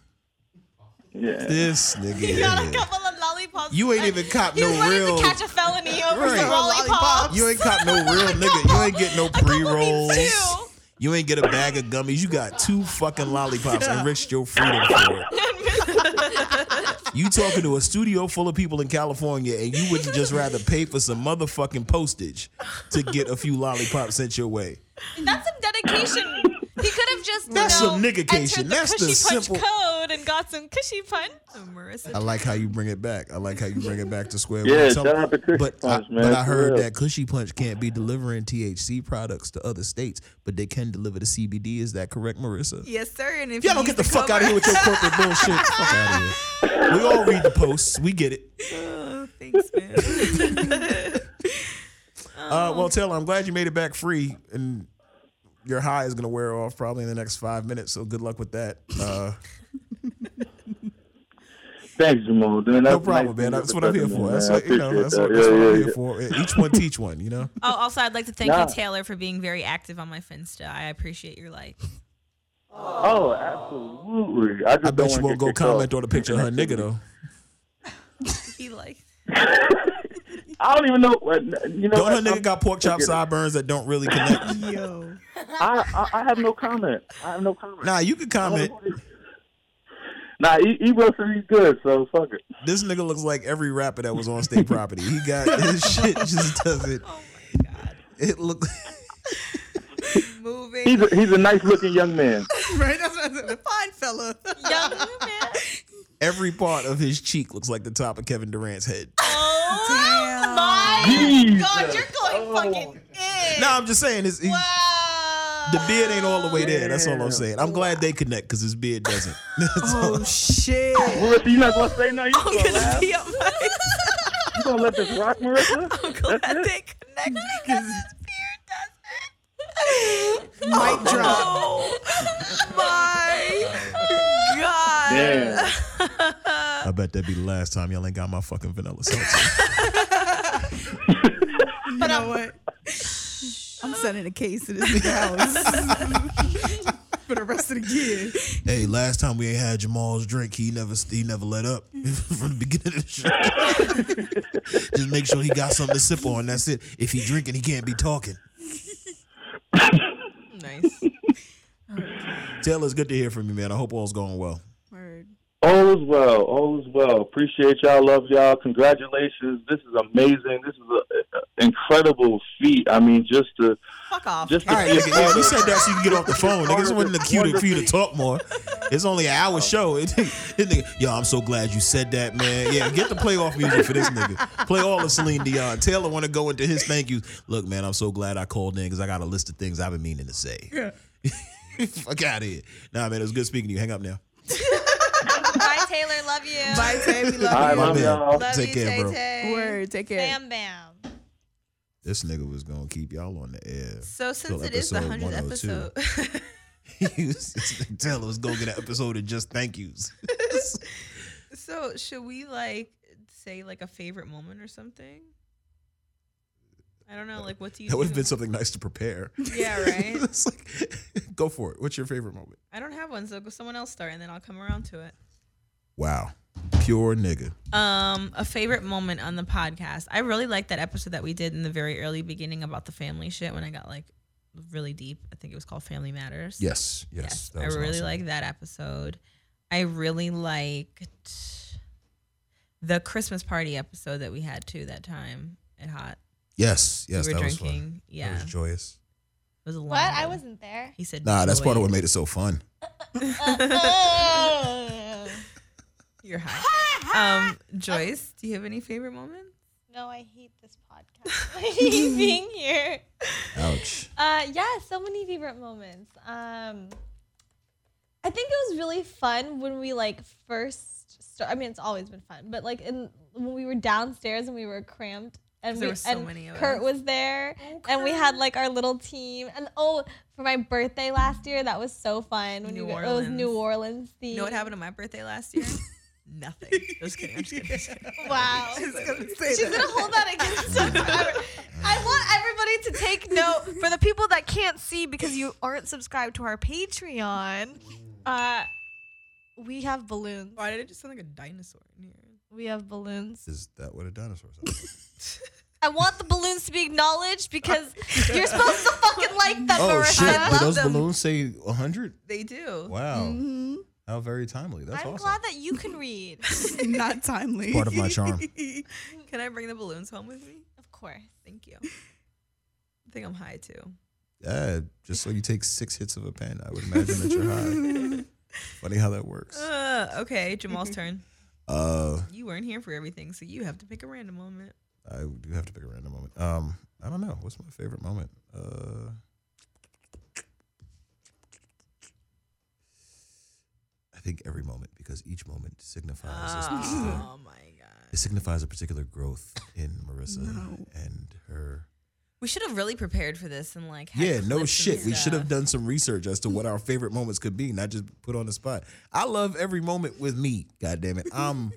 Yeah.
This nigga.
He got a
here.
couple of lollipops.
You ain't even cop
He
no
wanted
real.
to catch a felony over
Right.
some lollipops.
You ain't cop no real nigga. You ain't get no pre rolls.
too.
You ain't get a bag of gummies. You got two fucking lollipops and risked your freedom for it. you talking to a studio full of people in California, and you would just rather pay for some motherfucking postage to get a few lollipops sent your way.
That's some dedication. He could have just you
That's
know,
some nigga
entered
cation.
the
That's the
cushy punch
simple-
code and and got some cushy punch.
Oh,
Marissa.
I like how you bring it back. I like how you bring it back to square
Yeah,
one.
shout out to Cushy
but
Punch,
I,
man,
But I
for
heard
real.
that Cushy Punch can't be delivering THC products to other states, but they can deliver the CBD. Is that correct, Marissa?
Yes, sir. And if
Y'all
you
don't get the
use
fuck out of here with your corporate bullshit. fuck out of here. We all read the posts. We get it.
cover- Thanks, man. Uh-huh.
Uh, well, Taylor, I'm glad you made it back free, and your high is gonna wear off probably in the next five minutes. So good luck with that. Uh,
Thanks, Jamal. Dude,
no
that's
problem,
nice
man.
to
That's
get
what I'm
the
here for.
sentiment,
That's
man. I
what you know.
appreciate
That's what,
that.
that's
Yeah,
what
yeah,
I'm
yeah.
here for. Each one teach one. You know.
oh, also, I'd like to thank
Nah.
you, Taylor, for being very active on my Finsta. I appreciate your life.
Oh, absolutely.
I
I, just don't
bet you
wanna
won't
get
go
kicked off.
comment on the picture of her nigga though.
He like
I don't even know. What, you know,
Don't her
what? I'm-
nigga got pork chop
forget it.
sideburns that don't really connect?
Yo.
I, I I have no comment. I have no comment.
nah, you can
Oh.
comment.
Nah, he, he wrote something good, so fuck it.
This nigga looks like every rapper that was on state property. He got his shit just doesn't.
Oh my god.
It look.
Moving.
He's a, he's a nice looking young man.
right? That's what I said. Fine fella.
Young man.
Every part of his cheek looks like the top of Kevin Durant's head.
Oh
Damn.
my
Jesus.
god, you're going fucking in.
No, I'm just saying. It's, he-
Wow.
The beard ain't all the way there. That's all I'm saying. I'm glad they connect because his beard doesn't. That's all.
Oh shit.
Marissa, you not gonna say no? You
I'm
gonna
gonna
laugh?
be up my
You gonna let this rock, Marissa?
I'm glad they connect because his beard doesn't.
Mic drop.
Oh my god.
Damn.
I bet that'd be the last time y'all ain't got my fucking vanilla seltzer.
You know what? I'm sending a case to this nigga house for the rest of the year.
hey, last time we ain't had Jamal's drink, he never he never let up from the beginning of the show. Just make sure he got something to sip on. That's it. If he drinking, he can't be talking.
Nice.
Taylor, it's good to hear from you, man. I hope all's going well.
Word.
All is well. All is well. Appreciate y'all. Love y'all. Congratulations. This is amazing. This is an incredible feat. I mean, just to
Fuck off.
just to
All right,
be a
nigga.
part
Yeah,
of
we
it.
said that so you can get off the phone. Nigga, this wasn't a cue to- for you to
Wonderful.
talk more. It's only an hour show. This nigga, yo, I'm so glad you said that, man. Yeah, get the playoff music for this nigga. Play all of Celine Dion. Taylor want to go into his thank yous. Look, man, I'm so glad I called in because I got a list of things I've been meaning to say. Fuck out of here. Nah, man, it was good speaking to you. Hang up now.
Bye, Taylor. Love you.
Bye, Tay. We
All right,
My
love
love
man.
y'all.
Love
Take
you,
care,
Tay
bro.
Tay.
you. Word. Take care.
Bam, bam.
This nigga was gonna keep y'all on the air.
So since
Till
it is the
episode
hundredth
102.
episode,
He was- Taylor was going to get an episode of just thank yous.
so should we like say like a favorite moment or something? I don't know. Like, what do you?
That would have
do?
been something nice to prepare.
Yeah, right.
It's like, go for it. What's your favorite moment?
I don't have one, so go someone else start, and then I'll come around to it.
Wow. Pure nigga.
Um, a favorite moment on the podcast. I really like that episode that we did in the very early beginning about the family shit when I got like really deep. I think it was called Family Matters.
Yes.
Yes,
Yes.
I really like that episode. I really liked the Christmas party episode that we had too that time at Hot.
Yes. Yes.
we were
that was
drinking.
fun.
Yeah,
That was joyous.
it was a long.
What? I
one.
wasn't there.
He said,
Nah, that's part of what
joy.
made it so fun.
You're high. um, Joyce, do you have any favorite moments?
no, I hate this podcast. I hate being here.
Ouch.
Uh, yeah, so many favorite moments. Um, I think it was really fun when we like first. Start, I mean, it's always been fun, but like in when we were downstairs and we were cramped, and
'Cause
we,
there were so
and
many of
Kurt
us.
was there, and we had like our little team. And oh, for my birthday last year, that was so fun. When
New
you got- it was
Orleans.
New Orleans themed.
You know what happened on my birthday last year? Nothing. I'm just kidding. I'm just kidding. I'm just kidding.
Wow.
She's gonna say
She's
that.
gonna hold that against us forever. I want everybody to take note for the people that can't see because you aren't subscribed to our Patreon. Uh, we have balloons.
Why did it just sound like a dinosaur in here?
We have balloons.
Is that what a dinosaur sounds
I want the balloons to be acknowledged because you're supposed to fucking like them,
like? oh, shit.
Marissa.
Did those
them.
balloons say 100?
They do.
Wow.
Mm-hmm.
Mhm.
How very timely. That's
I'm
awesome.
glad that you can read.
Not timely.
Part of my charm.
Can I bring the balloons home with me?
Of course.
Thank you. I think I'm high too.
yeah, just so you take six hits of a pen, I would imagine that you're high. Funny how that works.
Uh, okay, Jamal's turn.
Uh,
You weren't here for everything, so you have to pick a random moment.
I do have to pick a random moment. Um, I don't know. What's my favorite moment? Uh, I think every moment because each moment signifies. a specific-
Oh my god.
It signifies a particular growth in Marissa
No.
and her.
We should have really prepared for this and like. had
Yeah, no
clips and
shit. We should
stuff.
have done some research as to what our favorite moments could be, not just put on the spot. I love every moment with me. God damn it, I'm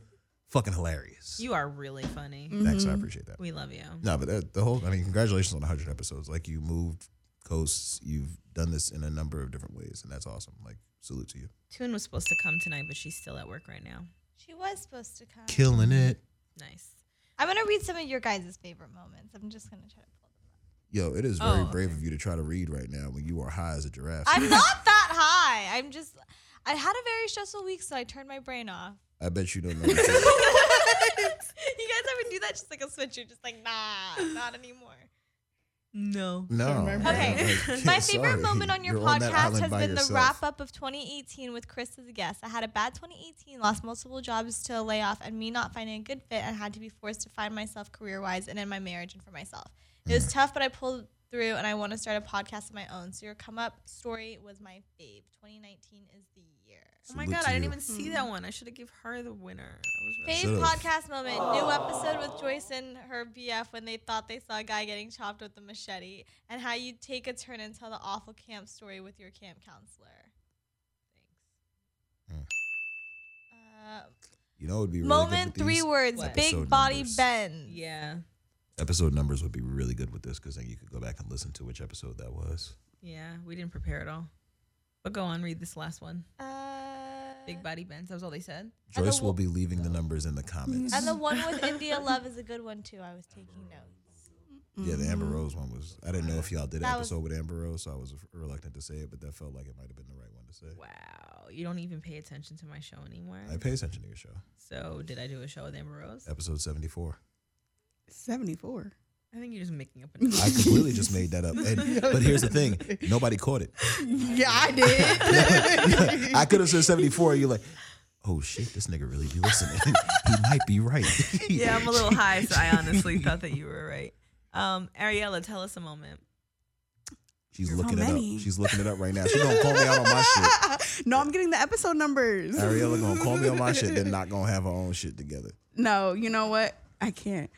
fucking hilarious.
You are really funny.
Thanks, I appreciate that.
We love you.
No, but that, the whole, I mean, congratulations on 100 episodes. Like, you moved coasts, you've done this in a number of different ways, and that's awesome. Like, salute to you.
Toon was supposed to come tonight, but she's still at work right now.
She was supposed to come.
Killing it.
Nice.
I'm gonna read some of your guys' favorite moments. I'm just gonna try to.
Yo, it is very
Oh,
brave of you to try to read right now when you are high as a giraffe.
I'm not that high. I'm just. I had a very stressful week, so I turned my brain off.
I bet you don't know.
you guys ever do that? Just like a switch, you're just like, nah, not anymore.
No.
No.
Okay.
Like,
My favorite
sorry.
moment on your
You're on that
podcast
island
has
by
been the
yourself.
wrap up of 2018 with Chris as a guest. I had a bad 2018, lost multiple jobs to a layoff, and me not finding a good fit, and had to be forced to find myself career wise and in my marriage and for myself. It
Mm.
was tough, but I pulled through, and I want to start a podcast of my own. So your come up story was my fave. 2019 is the year.
Oh my god, I didn't even see that one. I should have give her the winner. I was really
Fave podcast moment. New episode with Joyce and her BF when they thought they saw a guy getting chopped with a machete, and how you take a turn and tell the awful camp story with your camp counselor. Thanks.
You know, it would be
Uh,
really good
moment
with
three
these?
words.
What?
Big
Episode
body
numbers.
bend.
Yeah.
Episode numbers would be really good with this because then you could go back and listen to which episode that was.
Yeah, we didn't prepare at all. But go on, read this last one.
Uh,
Big body bends. That was all they said.
Joyce will be leaving the numbers in the comments.
And the one with India Love is a good one too. I was taking notes.
Yeah, the Amber Rose one was. I didn't know if y'all did an
That was-
episode with Amber Rose, so I was reluctant to say it, but that felt like it might have been the right one to say.
Wow, you don't even pay attention to my show anymore.
I pay attention to your show.
So did I do a show with Amber Rose?
Episode 74.
74.
I think you're just making up. a
I completely just made that up. And, but here's the thing nobody caught it.
Yeah, I did.
I could have said 74. You're like, oh shit, this nigga really be listening. he might be right.
yeah, I'm a little high, so I honestly thought that you were right. Um, Ariella, tell us a moment.
She's
How
looking it
many?
up. She's looking it up right now. She's going to call me out on my shit.
no, I'm getting the episode numbers.
Ariella going to call me on my shit. They're not going to have her own shit together.
No, you know what? I can't.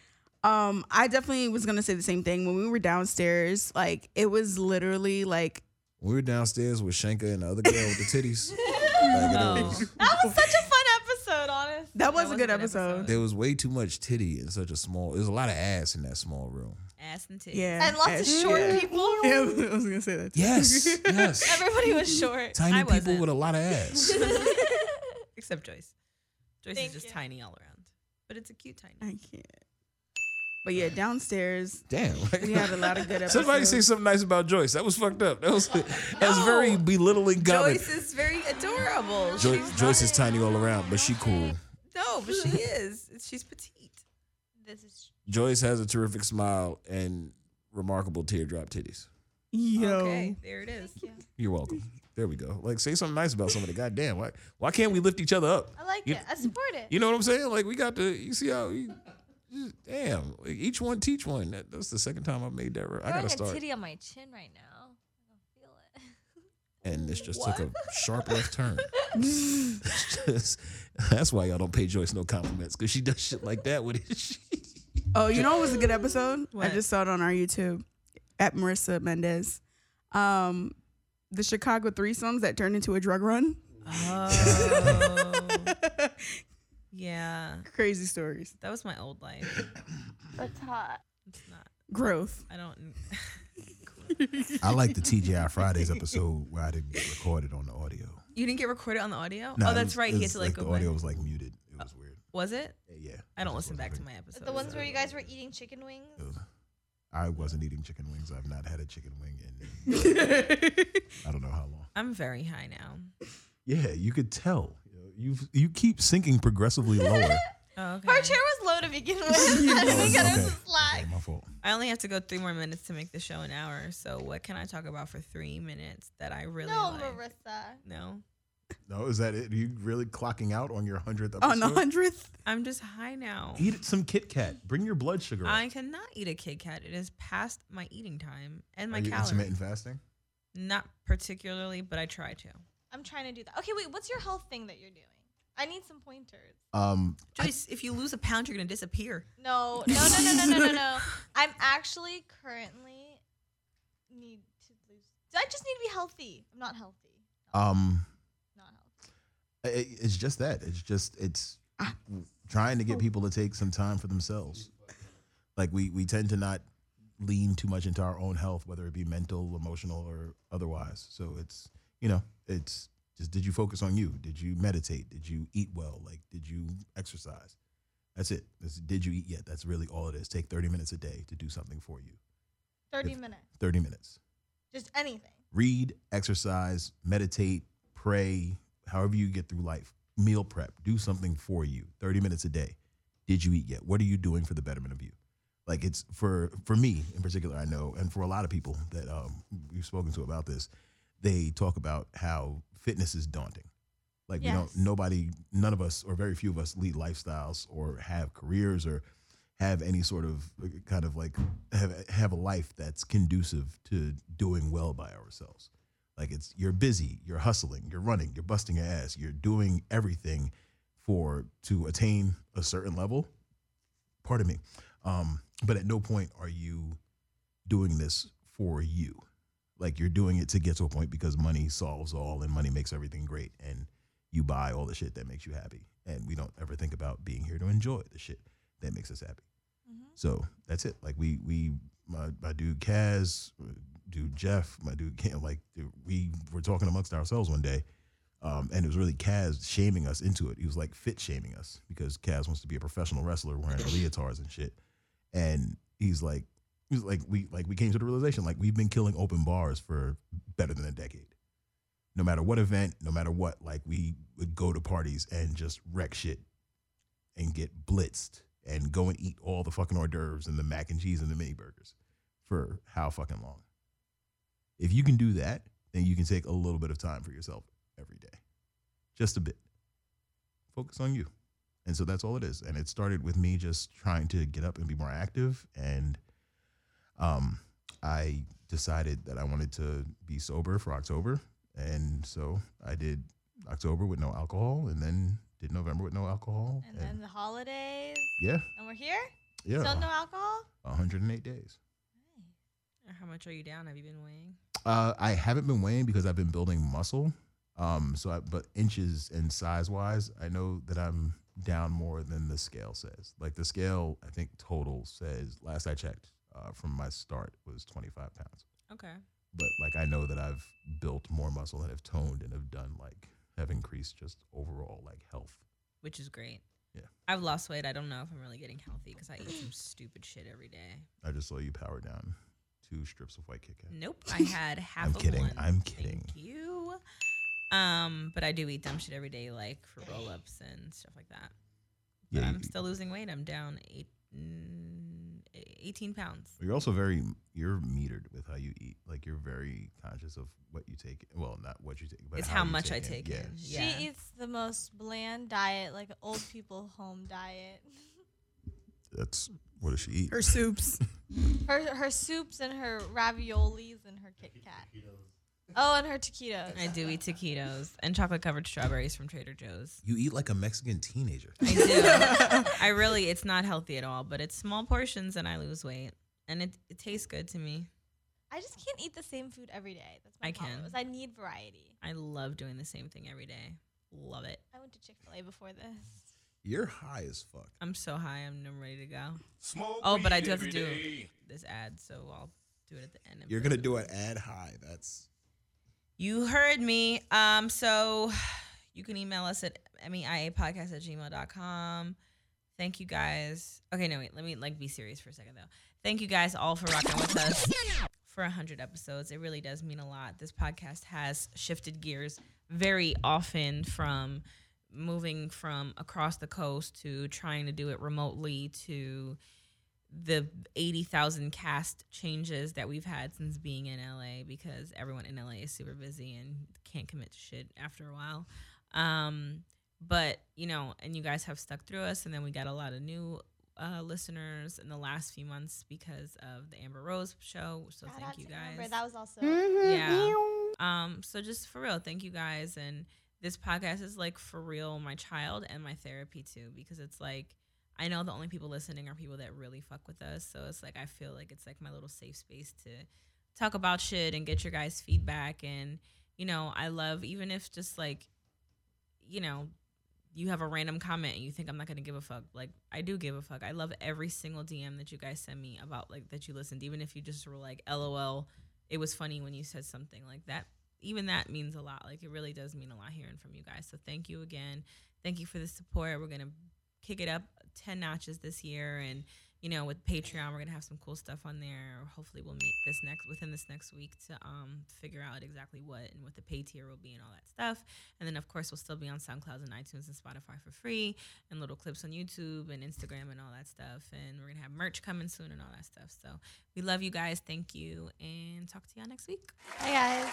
Um, I definitely was gonna say the same thing when we were downstairs. Like it was literally like
We were downstairs with Shanka and the other girl with the titties. Like, it
Oh,
was-
That was such a fun episode, honest.
that was a good episode.
There was way too much titty in such a small. There's a lot of ass in that small room.
Ass and titties.
Yeah,
And lots of
yeah.
short
Yeah.
people.
Yeah, I was gonna say that. Too.
Yes, yes.
Everybody was short.
Tiny people with a lot of ass.
Except Joyce. Joyce
Thank
is just
you.
tiny all around, but it's a cute tiny.
I can't. But yeah, downstairs.
Damn.
We had a lot of good
Somebody
episodes.
say something nice about Joyce. That was fucked up. That was that's very belittling comment.
Joyce is very adorable.
Jo-
She's
Joyce is tiny all around, but she cool.
no, but she is. She's petite.
This is
Joyce has a terrific smile and remarkable teardrop titties.
Yo.
Okay, there it is.
You're welcome. There we go. Like say something nice about somebody. God damn, why why can't we lift each other up?
I like
You-
it. I support it.
You know what I'm saying? Like we got to. You see how? You, damn. Each one teach one. That, that's the second time I've made that. re- I
Throwing
gotta
a
start.
titty on my chin right now. I don't feel it.
And this just took a sharp left turn. It's just- that's why y'all don't pay Joyce no compliments because she does shit like that with it. She-
Oh, you know what was a good episode?
What?
I just saw it on our YouTube at Marissa Mendez. Um, the Chicago threesomes that turned into a drug run.
Oh. yeah.
Crazy stories.
That was my old life.
That's hot.
It's not.
Growth.
I don't.
I like the TGI Fridays episode where I didn't get recorded on the audio.
You didn't get recorded on the audio?
No,
oh,
it
that's
was-
right.
it
He had
was
to like,
the
go back.
audio was like muted. It was weird.
Was it?
Yeah.
I don't listen
It wasn't
back to
very-
my episodes.
The ones
so-
where you guys were eating chicken wings.
it was- I wasn't eating chicken wings. I've not had a chicken wing in I don't know how long.
I'm very high now.
Yeah, you could tell. You you keep sinking progressively lower.
Oh, okay.
Our chair was low to begin with. I think it was slack.
my fault.
I only have to go three more minutes to make the show an hour. So what can I talk about for three minutes that I really
No,
like?
Marissa.
No.
No, is that it? Are you really clocking out on your hundredth
Oh,
episode?
On the hundredth,
I'm just high now.
Eat some Kit Kat. Bring your blood sugar. up.
I cannot eat a Kit Kat. It is past my eating time and my
Are you
calories.
intermittent fasting?
Not particularly, but I try to.
I'm trying to do that. Okay, wait. What's your health thing that you're doing? I need some pointers.
Um,
Joyce, if you lose a pound, you're gonna disappear.
No, no, no, no, no, no, no, no. I'm actually currently need to lose. I just need to be healthy. I'm not healthy.
um, i- i- it's just that. It's just it's trying to get people to take some time for themselves. Like we we tend to not lean too much into our own health, whether it be mental, emotional, or otherwise. So it's you know it's just did you focus on you? Did you meditate? Did you eat well? Like did you exercise? That's it. That's, did you eat yet? That's really all it is. Take thirty minutes a day to do something for you.
30
It's-
minutes.
Thirty minutes.
Just anything.
read, exercise, meditate, pray, however you get through life. Meal prep, do something for you. 30 minutes a day. Did you eat yet? What are you doing for the betterment of you? Like it's for for me in particular, I know, and for a lot of people that um, we've spoken to about this, they talk about how fitness is daunting. Like we
Yes.
don't nobody, none of us, or very few of us lead lifestyles or have careers or have any sort of uh, kind of like have have a life that's conducive to doing well by ourselves. Like it's you're busy, you're hustling, you're running, you're busting your ass, you're doing everything for to attain a certain level. Pardon me. Um, but at no point are you doing this for you. Like you're doing it to get to a point because money solves all and money makes everything great and you buy all the shit that makes you happy. And we don't ever think about being here to enjoy the shit that makes us happy. So that's it. Like we we my my dude Kaz, uh, dude Jeff, my dude Cam, like dude, we were talking amongst ourselves one day, um, and it was really Kaz shaming us into it. He was like fit shaming us because Kaz wants to be a professional wrestler wearing leotards and shit, and he's like he was like we like we came to the realization like we've been killing open bars for better than a decade. No matter what event, no matter what, like we would go to parties and just wreck shit and get blitzed and go and eat all the fucking hors d'oeuvres and the mac and cheese and the mini burgers for how fucking long? If you can do that, then you can take a little bit of time for yourself every day, just a bit. Focus on you. And so that's all it is. And it started with me just trying to get up and be more active. And um, I decided that I wanted to be sober for October. And so I did October with no alcohol and then did November with no alcohol.
And then the holidays.
Yeah.
And we're here?
Yeah.
Still no alcohol?
108 days.
How much are you down? Have you been weighing?
Uh, I haven't been weighing because I've been building muscle. Um, so I, but inches and size wise, I know that I'm down more than the scale says. Like the scale, I think total says last I checked uh, from my start was 25 pounds.
Okay.
But like I know that I've built more muscle and have toned and have done like have increased just overall like health.
Which is great.
Yeah.
I've lost weight. I don't know if I'm really getting healthy because I eat some stupid shit every day.
I just saw you power down two strips of white Kit Kat.
Nope. I had half.
I'm
of
kidding.
One.
I'm kidding.
Thank you. Um, but I do eat dumb shit every day, like for roll ups and stuff like that. But
Yeah, you-
I'm still losing weight. I'm down eight, mm, 18 pounds.
You're also very you're metered with how you eat. Like you're very conscious of what you take. Well, not what you take, but
It's how
you
much I
in.
take
Yeah.
in. Yeah.
She eats the most bland diet, like an old people home diet.
That's what does she eat?
her soups.
Her her soups and her raviolis and her Kit Kat. Oh, and her taquitos.
I do eat taquitos and chocolate covered strawberries from Trader Joe's.
You eat like a Mexican teenager.
I do. I really, it's not healthy at all, but it's small portions and I lose weight. And it, it tastes good to me.
I just can't eat the same food every day. That's my
I
problem.
can.
is I need variety.
I love doing the same thing every day. Love it.
I went to Chick Fil A before this.
You're high as fuck.
I'm so high. I'm, I'm ready to go. oh, but I do have to do this ad, so I'll do it at the end. Of
You're
it.
gonna do an ad high. That's
You heard me. Um, so you can email us at meiapodcast at gmail.com. Thank you guys. Okay, no, wait, let me like be serious for a second though. Thank you guys all for rocking with us for 100 episodes. It really does mean a lot. This podcast has shifted gears very often from moving from across the coast to trying to do it remotely to the 80,000 cast changes that we've had since being in LA because everyone in LA is super busy and can't commit to shit after a while. Um, but, you know, and you guys have stuck through us. And then we got a lot of new uh, listeners in the last few months because of the Amber Rose show. So
Shout
thank
out
you
to
guys.
Amber. That was also-
Mm.
yeah.
Mhm.
Um. So just for real, thank you guys. And this podcast is like for real, my child and my therapy too, because it's like I know the only people listening are people that really fuck with us. So it's like I feel like it's like my little safe space to talk about shit and get your guys' feedback. And you know, I love even if just like you know you have a random comment and you think I'm not gonna give a fuck. Like I do give a fuck. I love every single DM that you guys send me about like that you listened, even if you just were like, "LOL, it was funny when you said something like that." Even that means a lot. Like it really does mean a lot hearing from you guys. So thank you again. Thank you for the support. We're gonna kick it up ten notches this year, and you know with Patreon we're gonna have some cool stuff on there. Hopefully we'll meet this next within this next week to um figure out exactly what and what the pay tier will be and all that stuff. And then, of course, we'll still be on SoundCloud and iTunes and Spotify for free, and little clips on YouTube and Instagram and all that stuff. And we're going to have merch coming soon and all that stuff. So we love you guys. Thank you. And talk to y'all next week.
Bye, guys.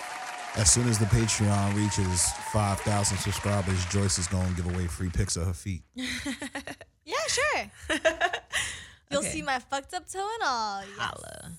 As soon as the Patreon reaches 5,000 subscribers, Joyce is going to give away free pics of her feet.
Yeah, sure. You'll see my fucked up toe and all. Yes.
Holla.